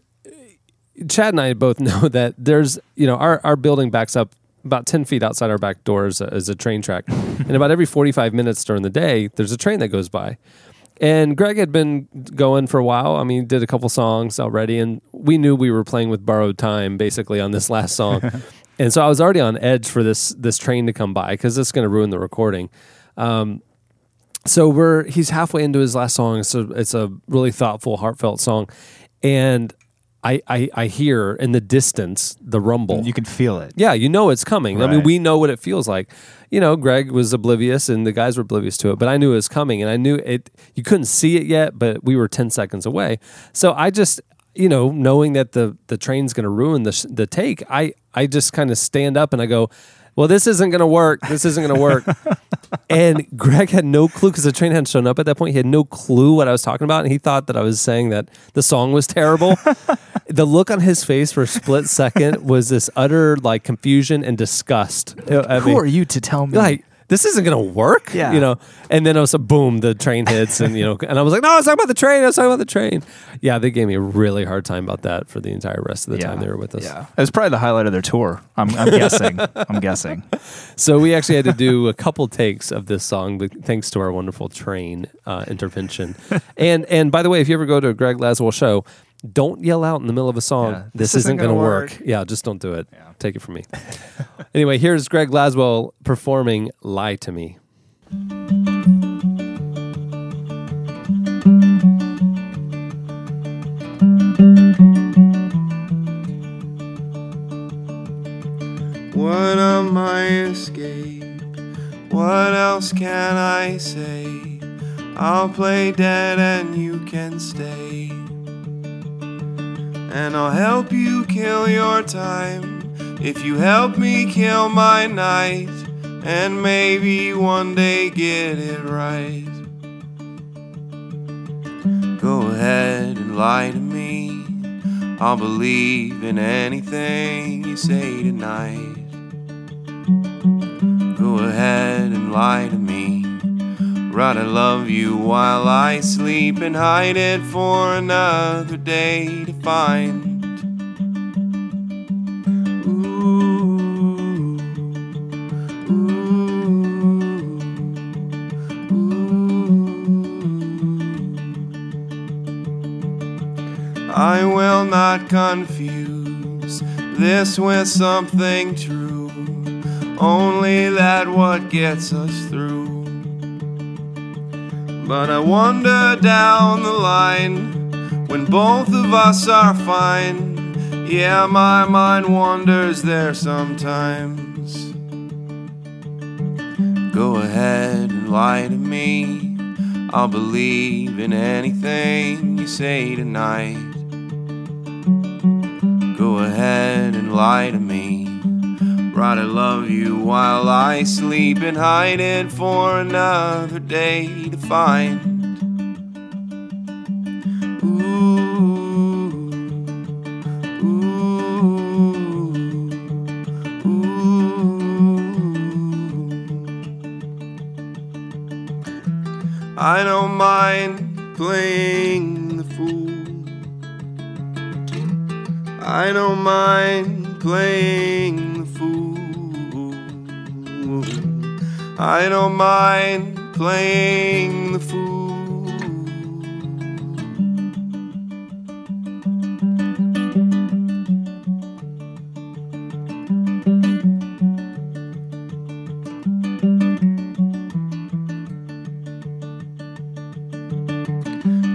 Speaker 2: Chad and I both know that there's, you know, our, our building backs up about 10 feet outside our back door is a, is a train track. and about every 45 minutes during the day, there's a train that goes by. And Greg had been going for a while. I mean, did a couple songs already. And we knew we were playing with borrowed time basically on this last song. and so I was already on edge for this, this train to come by because it's going to ruin the recording Um, so we're he's halfway into his last song so it's a really thoughtful heartfelt song and I, I i hear in the distance the rumble
Speaker 3: You can feel it.
Speaker 2: yeah you know it's coming i mean
Speaker 3: Right.
Speaker 2: we know what it feels like you know greg was oblivious and the guys were oblivious to it but i knew it was coming and i knew it you couldn't see it yet but we were 10 seconds away so i just you know knowing that the the train's going to ruin the, sh- the take i i just kind of stand up and i go well this isn't going to work this isn't going to work and Greg had no clue because the train hadn't shown up at that point. He had no clue what I was talking about, and he thought that I was saying that the song was terrible. the look on his face for a split second was this utter like confusion and disgust. Uh, I
Speaker 3: Who
Speaker 2: mean,
Speaker 3: are you to tell me?
Speaker 2: Like this isn't gonna work.
Speaker 3: Yeah.
Speaker 2: you know. And then I was like, boom, the train hits, and you know, and I was like, no, I was talking about the train. I was talking about the train. Yeah, they gave me a really hard time about that for the entire rest of the time they were with us.
Speaker 3: Yeah. It was probably the highlight of their tour. I'm, I'm guessing. I'm guessing.
Speaker 2: So we actually had to do a couple takes of this song, but thanks to our wonderful train uh, intervention. and and by the way, if you ever go to a Greg Laswell show, don't yell out in the middle of a song.
Speaker 3: Yeah,
Speaker 2: this, isn't, going to work. Yeah, just don't do it. Take it from me. anyway, here's Greg Laswell performing "Lie to Me."
Speaker 6: What am my escape? What else can I say? I'll play dead and you can stay. And I'll help you kill your time if you help me kill my night. And maybe one day get it right. Go ahead and lie to me. I'll believe in anything you say tonight. Go ahead and lie to me. Right, I love you while I sleep and hide it for another day to find. Ooh, ooh, ooh. I will not confuse this with something true. Only that what gets us through. But I wander down the line when both of us are fine. Yeah, my mind wanders there sometimes. Go ahead and lie to me. I'll believe in anything you say tonight. Go ahead and lie to me. Right, I love you while I sleep and hide it for another day to find. Ooh, ooh, ooh. I don't mind playing the fool. I don't mind playing the fool. I don't mind playing the fool.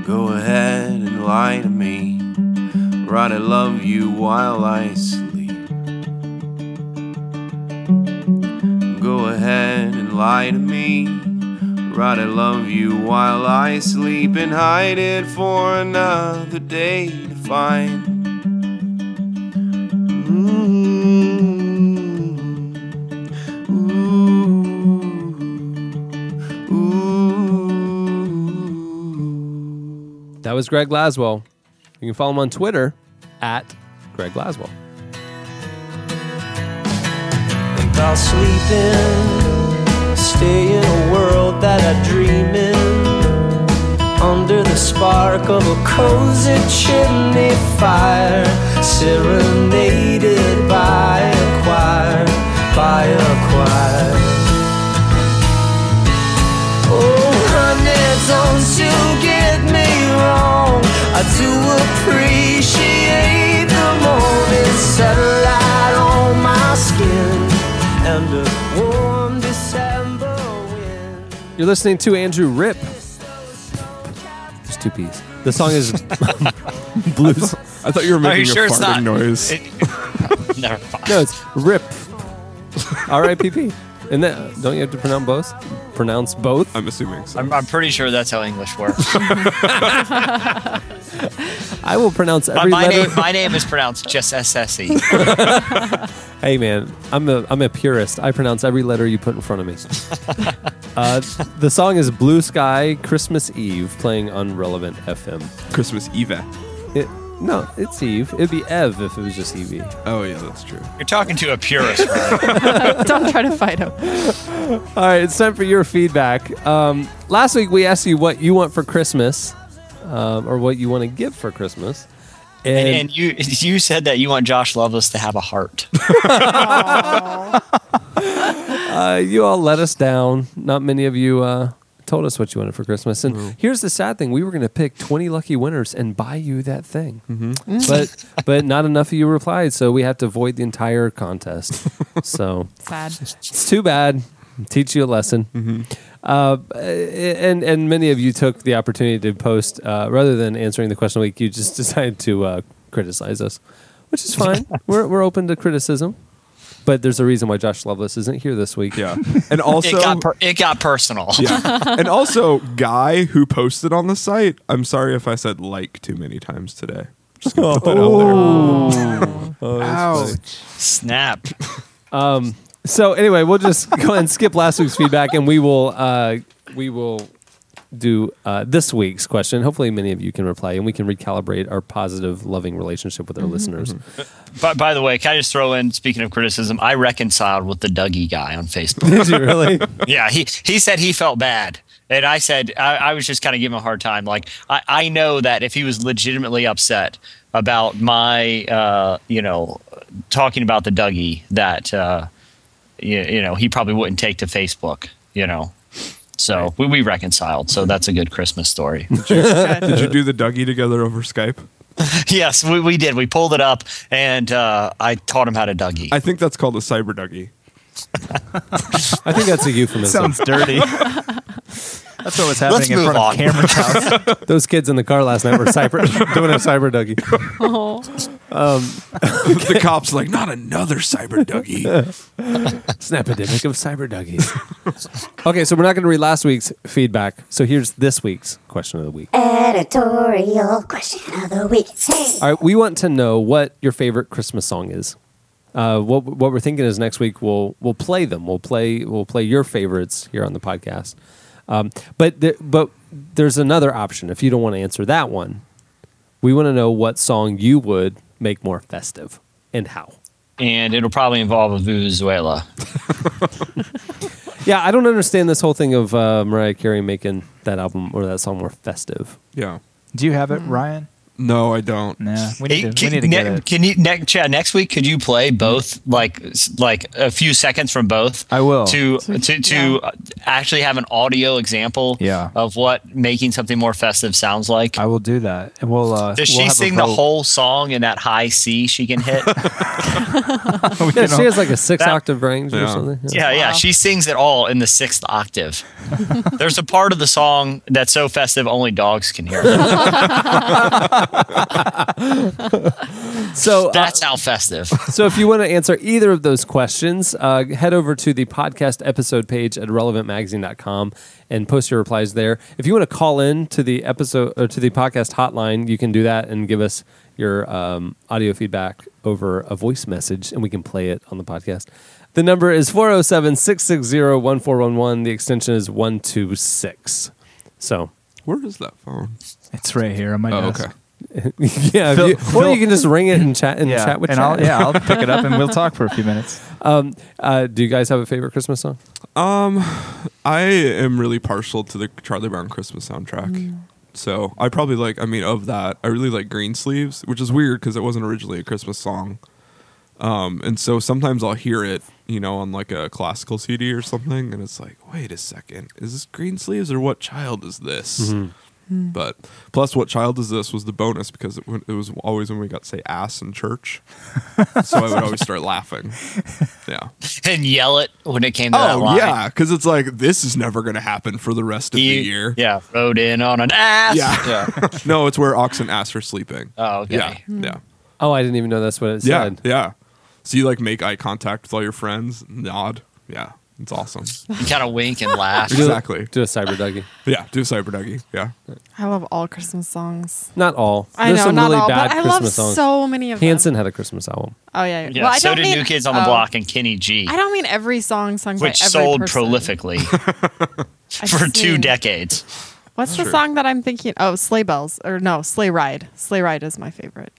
Speaker 6: Go ahead and lie to me. Right, I love you while I sleep. Go ahead and lie to me. right, I love you while I sleep and hide it for another day to find. Ooh, ooh, ooh.
Speaker 2: That was Greg Laswell. You can follow him on Twitter at Greg Laswell.
Speaker 9: Think about sleeping, stay in a world that I dream in. Under the spark of a cozy chimney fire, serenaded by a choir, by a choir. Oh, honey, don't you get me wrong. I do appreciate the morning sunlight on my skin and the warm December wind.
Speaker 2: You're listening to Andrew Rip. There's two P's. The song is blues.
Speaker 5: I thought you were
Speaker 1: Are
Speaker 5: making
Speaker 1: you sure
Speaker 5: a
Speaker 1: it's not?
Speaker 5: farting noise.
Speaker 1: It- never mind.
Speaker 2: No, it's Rip. R I P P. And that don't you have to pronounce both? Pronounce both.
Speaker 5: I'm assuming. So.
Speaker 1: I'm, I'm pretty sure that's how English works.
Speaker 2: I will pronounce
Speaker 1: my,
Speaker 2: every
Speaker 1: my,
Speaker 2: letter.
Speaker 1: name, my name is pronounced just E. SSE.
Speaker 2: Hey man, I'm a I'm a purist. I pronounce every letter you put in front of me. uh, the song is Blue Sky Christmas Eve playing on Relevant FM.
Speaker 5: Christmas Eva.
Speaker 2: It, no, it's Eve. It'd be Ev if it was just Evie.
Speaker 5: Oh yeah, that's true.
Speaker 1: You're talking to a purist, right?
Speaker 7: Don't try to fight him.
Speaker 2: All right, it's time for your feedback. Um, last week we asked you what you want for Christmas, um, or what you want to give for Christmas, and,
Speaker 1: And you you said that you want Josh Loveless to have a heart.
Speaker 2: uh, you all let us down. Not many of you uh, told us what you wanted for Christmas. And here's the sad thing: we were going to pick 20 lucky winners and buy you that thing, but but not enough of you replied, so we had to void the entire contest. so
Speaker 7: Sad.
Speaker 2: it's too bad. Teach you a lesson. Uh, and and many of you took the opportunity to post uh, rather than answering the question of the week. You just decided to uh, criticize us, which is fine. we're we're open to criticism, but there's a reason why Josh Lovelace isn't here this week.
Speaker 5: Yeah, and
Speaker 1: It
Speaker 5: also
Speaker 1: got per, it got personal.
Speaker 5: yeah, and also guy who posted on the site. I'm sorry if I said like too many times today. Just gonna put that out there.
Speaker 1: Oh.
Speaker 5: Ouch.
Speaker 1: Snap.
Speaker 2: So anyway, we'll just go ahead and skip last week's feedback, and we will uh, we will do uh, this week's question. Hopefully, many of you can reply, and we can recalibrate our positive, loving relationship with our listeners.
Speaker 1: But by the way, can I just throw in? Speaking of criticism, I reconciled with the Dougie guy on Facebook.
Speaker 2: Did you really?
Speaker 1: yeah, he he said he felt bad, and I said I, I was just kind of giving him a hard time. Like I, I know that if he was legitimately upset about my uh, you know talking about the Dougie, that uh, you, you know he probably wouldn't take to Facebook. You know, so we, we reconciled. So that's a good Christmas story.
Speaker 5: Did you do the Dougie together over Skype?
Speaker 1: yes, we, we did. We pulled it up, and uh, I taught him how to Dougie.
Speaker 5: I think that's called a cyber Dougie.
Speaker 2: I think that's a euphemism.
Speaker 3: Sounds dirty. That's what was happening
Speaker 1: Let's
Speaker 3: in
Speaker 1: move
Speaker 3: front
Speaker 1: on.
Speaker 3: of Cameron's house.
Speaker 2: Those kids in the car last night were cyber doing a cyber dougie.
Speaker 7: Oh.
Speaker 5: The cops like not another cyber Dougie.
Speaker 2: Snapidemic of cyber dougies. okay, so we're not going to read last week's feedback. So here's this week's question of the week.
Speaker 10: Editorial question of the week. Hey.
Speaker 2: All right, we want to know what your favorite Christmas song is. Uh, what what we're thinking is next week we'll we'll play them. We'll play we'll play your favorites here on the podcast. Um, but there, but there's another option if you don't want to answer that one. We want to know what song you would make more festive and how.
Speaker 1: and it'll probably involve a Venezuela.
Speaker 2: Yeah, I don't understand this whole thing of uh, Mariah Carey making that album or that song more festive.
Speaker 5: Yeah.
Speaker 3: Do you have
Speaker 2: Hmm.
Speaker 3: it, Ryan?
Speaker 5: No, I don't.
Speaker 3: No. We need, to,
Speaker 1: can,
Speaker 3: we need to get
Speaker 1: ne-
Speaker 3: it.
Speaker 1: can you ne- Chad, next week? Could you play both, like s- like a few seconds from both?
Speaker 3: I will.
Speaker 1: to to to uh, actually have an audio example.
Speaker 3: Yeah.
Speaker 1: of what making something more festive sounds like.
Speaker 3: I will do that. And we'll uh
Speaker 1: Does
Speaker 3: we'll
Speaker 1: she
Speaker 3: have a
Speaker 1: sing the
Speaker 3: vote.
Speaker 1: whole song in that high C she can hit?
Speaker 11: we
Speaker 2: Yeah,
Speaker 11: can
Speaker 2: she
Speaker 11: all-
Speaker 2: has like a six
Speaker 1: That-
Speaker 2: octave range
Speaker 5: Yeah.
Speaker 2: or something.
Speaker 1: Yeah, yeah.
Speaker 4: Wow.
Speaker 1: She sings it all in the sixth octave. There's a part of the song that's so festive only dogs can hear. it.
Speaker 2: So uh,
Speaker 1: That's how festive.
Speaker 2: so if you want to answer either of those questions, uh, head over to the podcast episode page at relevantmagazine.com and post your replies there. If you want to call in to the episode or to the podcast hotline, you can do that and give us your um, audio feedback over a voice message and we can play it on the podcast. The number is 407 660 1411. The extension is 126. So,
Speaker 5: Where is that phone?
Speaker 11: It's right here on my
Speaker 5: Oh,
Speaker 11: desk.
Speaker 5: okay.
Speaker 2: yeah, if
Speaker 11: Phil-
Speaker 2: you- or
Speaker 11: Phil-
Speaker 2: you can just ring it and chat and
Speaker 11: Yeah,
Speaker 2: chat with
Speaker 11: and
Speaker 2: chat.
Speaker 11: I'll, yeah, I'll pick it up and we'll talk for a few minutes.
Speaker 2: Um, uh, do you guys have a favorite Christmas song?
Speaker 5: I am really partial to the Charlie Brown Christmas soundtrack. So I probably like, I mean, of that, I really like Green Sleeves, which is weird because it wasn't originally a Christmas song. Um, and so sometimes I'll hear it, you know, on like a classical CD or something, and it's like, wait a second, is this Green Sleeves or What Child Is This? But plus, What Child Is This was the bonus because it, w- it was always when we got, say, ass in church. so I would always start laughing. Yeah.
Speaker 1: and yell it when it came to that
Speaker 5: Oh
Speaker 1: line.
Speaker 5: yeah, because it's like this is never going to happen for the rest of
Speaker 1: You-
Speaker 5: the year.
Speaker 1: Yeah, rode in on an ass.
Speaker 5: Yeah. no, it's where ox and ass are sleeping.
Speaker 1: Oh, okay.
Speaker 5: Yeah, yeah,
Speaker 2: Oh, I didn't even know that's what it
Speaker 5: yeah,
Speaker 2: said.
Speaker 5: yeah. So you like make eye contact with all your friends, nod. Yeah, it's awesome.
Speaker 1: You kind of wink and laugh.
Speaker 2: Do-
Speaker 5: exactly.
Speaker 2: Do a cyber Dougie.
Speaker 5: Yeah, do a cyber dougie. Yeah,
Speaker 4: I love all Christmas songs.
Speaker 2: Not all.
Speaker 4: I
Speaker 2: There's
Speaker 4: know,
Speaker 2: some
Speaker 4: not
Speaker 2: really
Speaker 4: all,
Speaker 2: bad
Speaker 4: but I
Speaker 2: Christmas
Speaker 4: love
Speaker 2: songs.
Speaker 4: so many of
Speaker 2: Hanson
Speaker 4: them.
Speaker 2: had a Christmas album.
Speaker 4: Oh yeah.
Speaker 1: Yeah,
Speaker 4: well, I
Speaker 1: so
Speaker 4: don't
Speaker 1: did
Speaker 4: mean,
Speaker 1: New Kids on the
Speaker 4: oh,
Speaker 1: Block and Kenny G,
Speaker 4: I don't mean every song sung
Speaker 1: which
Speaker 4: by every
Speaker 1: sold
Speaker 4: person.
Speaker 1: prolifically for
Speaker 4: I just
Speaker 1: two
Speaker 4: mean-
Speaker 1: decades.
Speaker 4: What's the song that I'm thinking? Oh, Sleigh Bells or no, Sleigh Ride. Sleigh Ride is my favorite.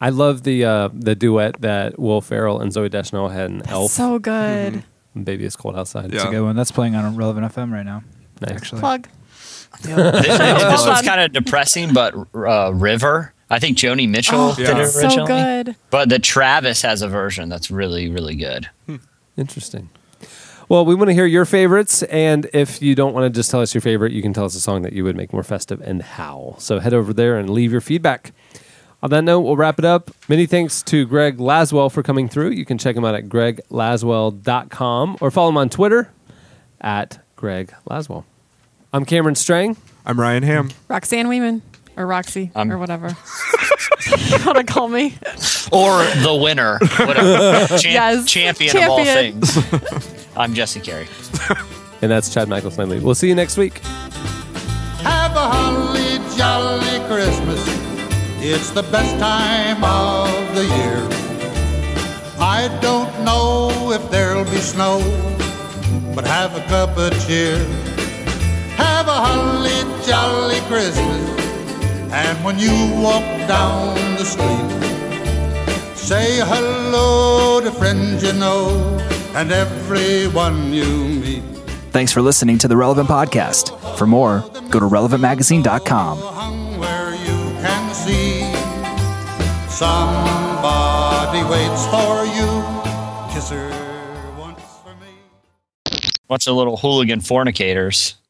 Speaker 2: I love the uh, the duet that Will Ferrell and Zoe Deschanel had in Elf. Mm-hmm.
Speaker 4: So good.
Speaker 2: Baby, it's cold outside.
Speaker 1: Oh.
Speaker 5: yeah.
Speaker 11: It's a good one. That's playing on Relevant FM right now.
Speaker 2: Nice.
Speaker 11: Actually,
Speaker 4: Plug.
Speaker 1: This, this one's
Speaker 4: on.
Speaker 1: kind of depressing, but uh, River. I think Joni Mitchell did
Speaker 5: yeah.
Speaker 1: it originally.
Speaker 4: Oh, So good.
Speaker 1: But the Travis has a version that's really, really good.
Speaker 2: Interesting. Well, we want to hear your favorites, and if you don't want to just tell us your favorite, you can tell us a song that you would make more festive and how. So head over there and leave your feedback. On that note, we'll wrap it up. Many thanks to Greg Laswell for coming through. You can check him out at greglaswell.com or follow him on Twitter at Greg Laswell. I'm Cameron Strang.
Speaker 5: I'm Ryan Ham.
Speaker 4: Roxanne Weeman or Roxy
Speaker 1: Um,
Speaker 4: or whatever. you wanna call me?
Speaker 1: Or the winner, whatever. Champ-
Speaker 4: Yes.
Speaker 1: Champion, of all
Speaker 4: Champion.
Speaker 1: things. I'm Jesse Carey.
Speaker 2: And that's Chad Michael Stanley. We'll see you next week.
Speaker 6: Have a holly jolly Christmas. It's the best time of the year. I don't know if there'll be snow, but have a cup of cheer. Have a holly jolly Christmas. And when you walk down the street, say hello to friends you know and everyone you meet.
Speaker 3: Thanks for listening to the Relevant Podcast. For more, go to relevantmagazine.com.
Speaker 6: hung where you can see. Somebody waits for you. Kiss her once for me.
Speaker 1: Bunch of little hooligan fornicators.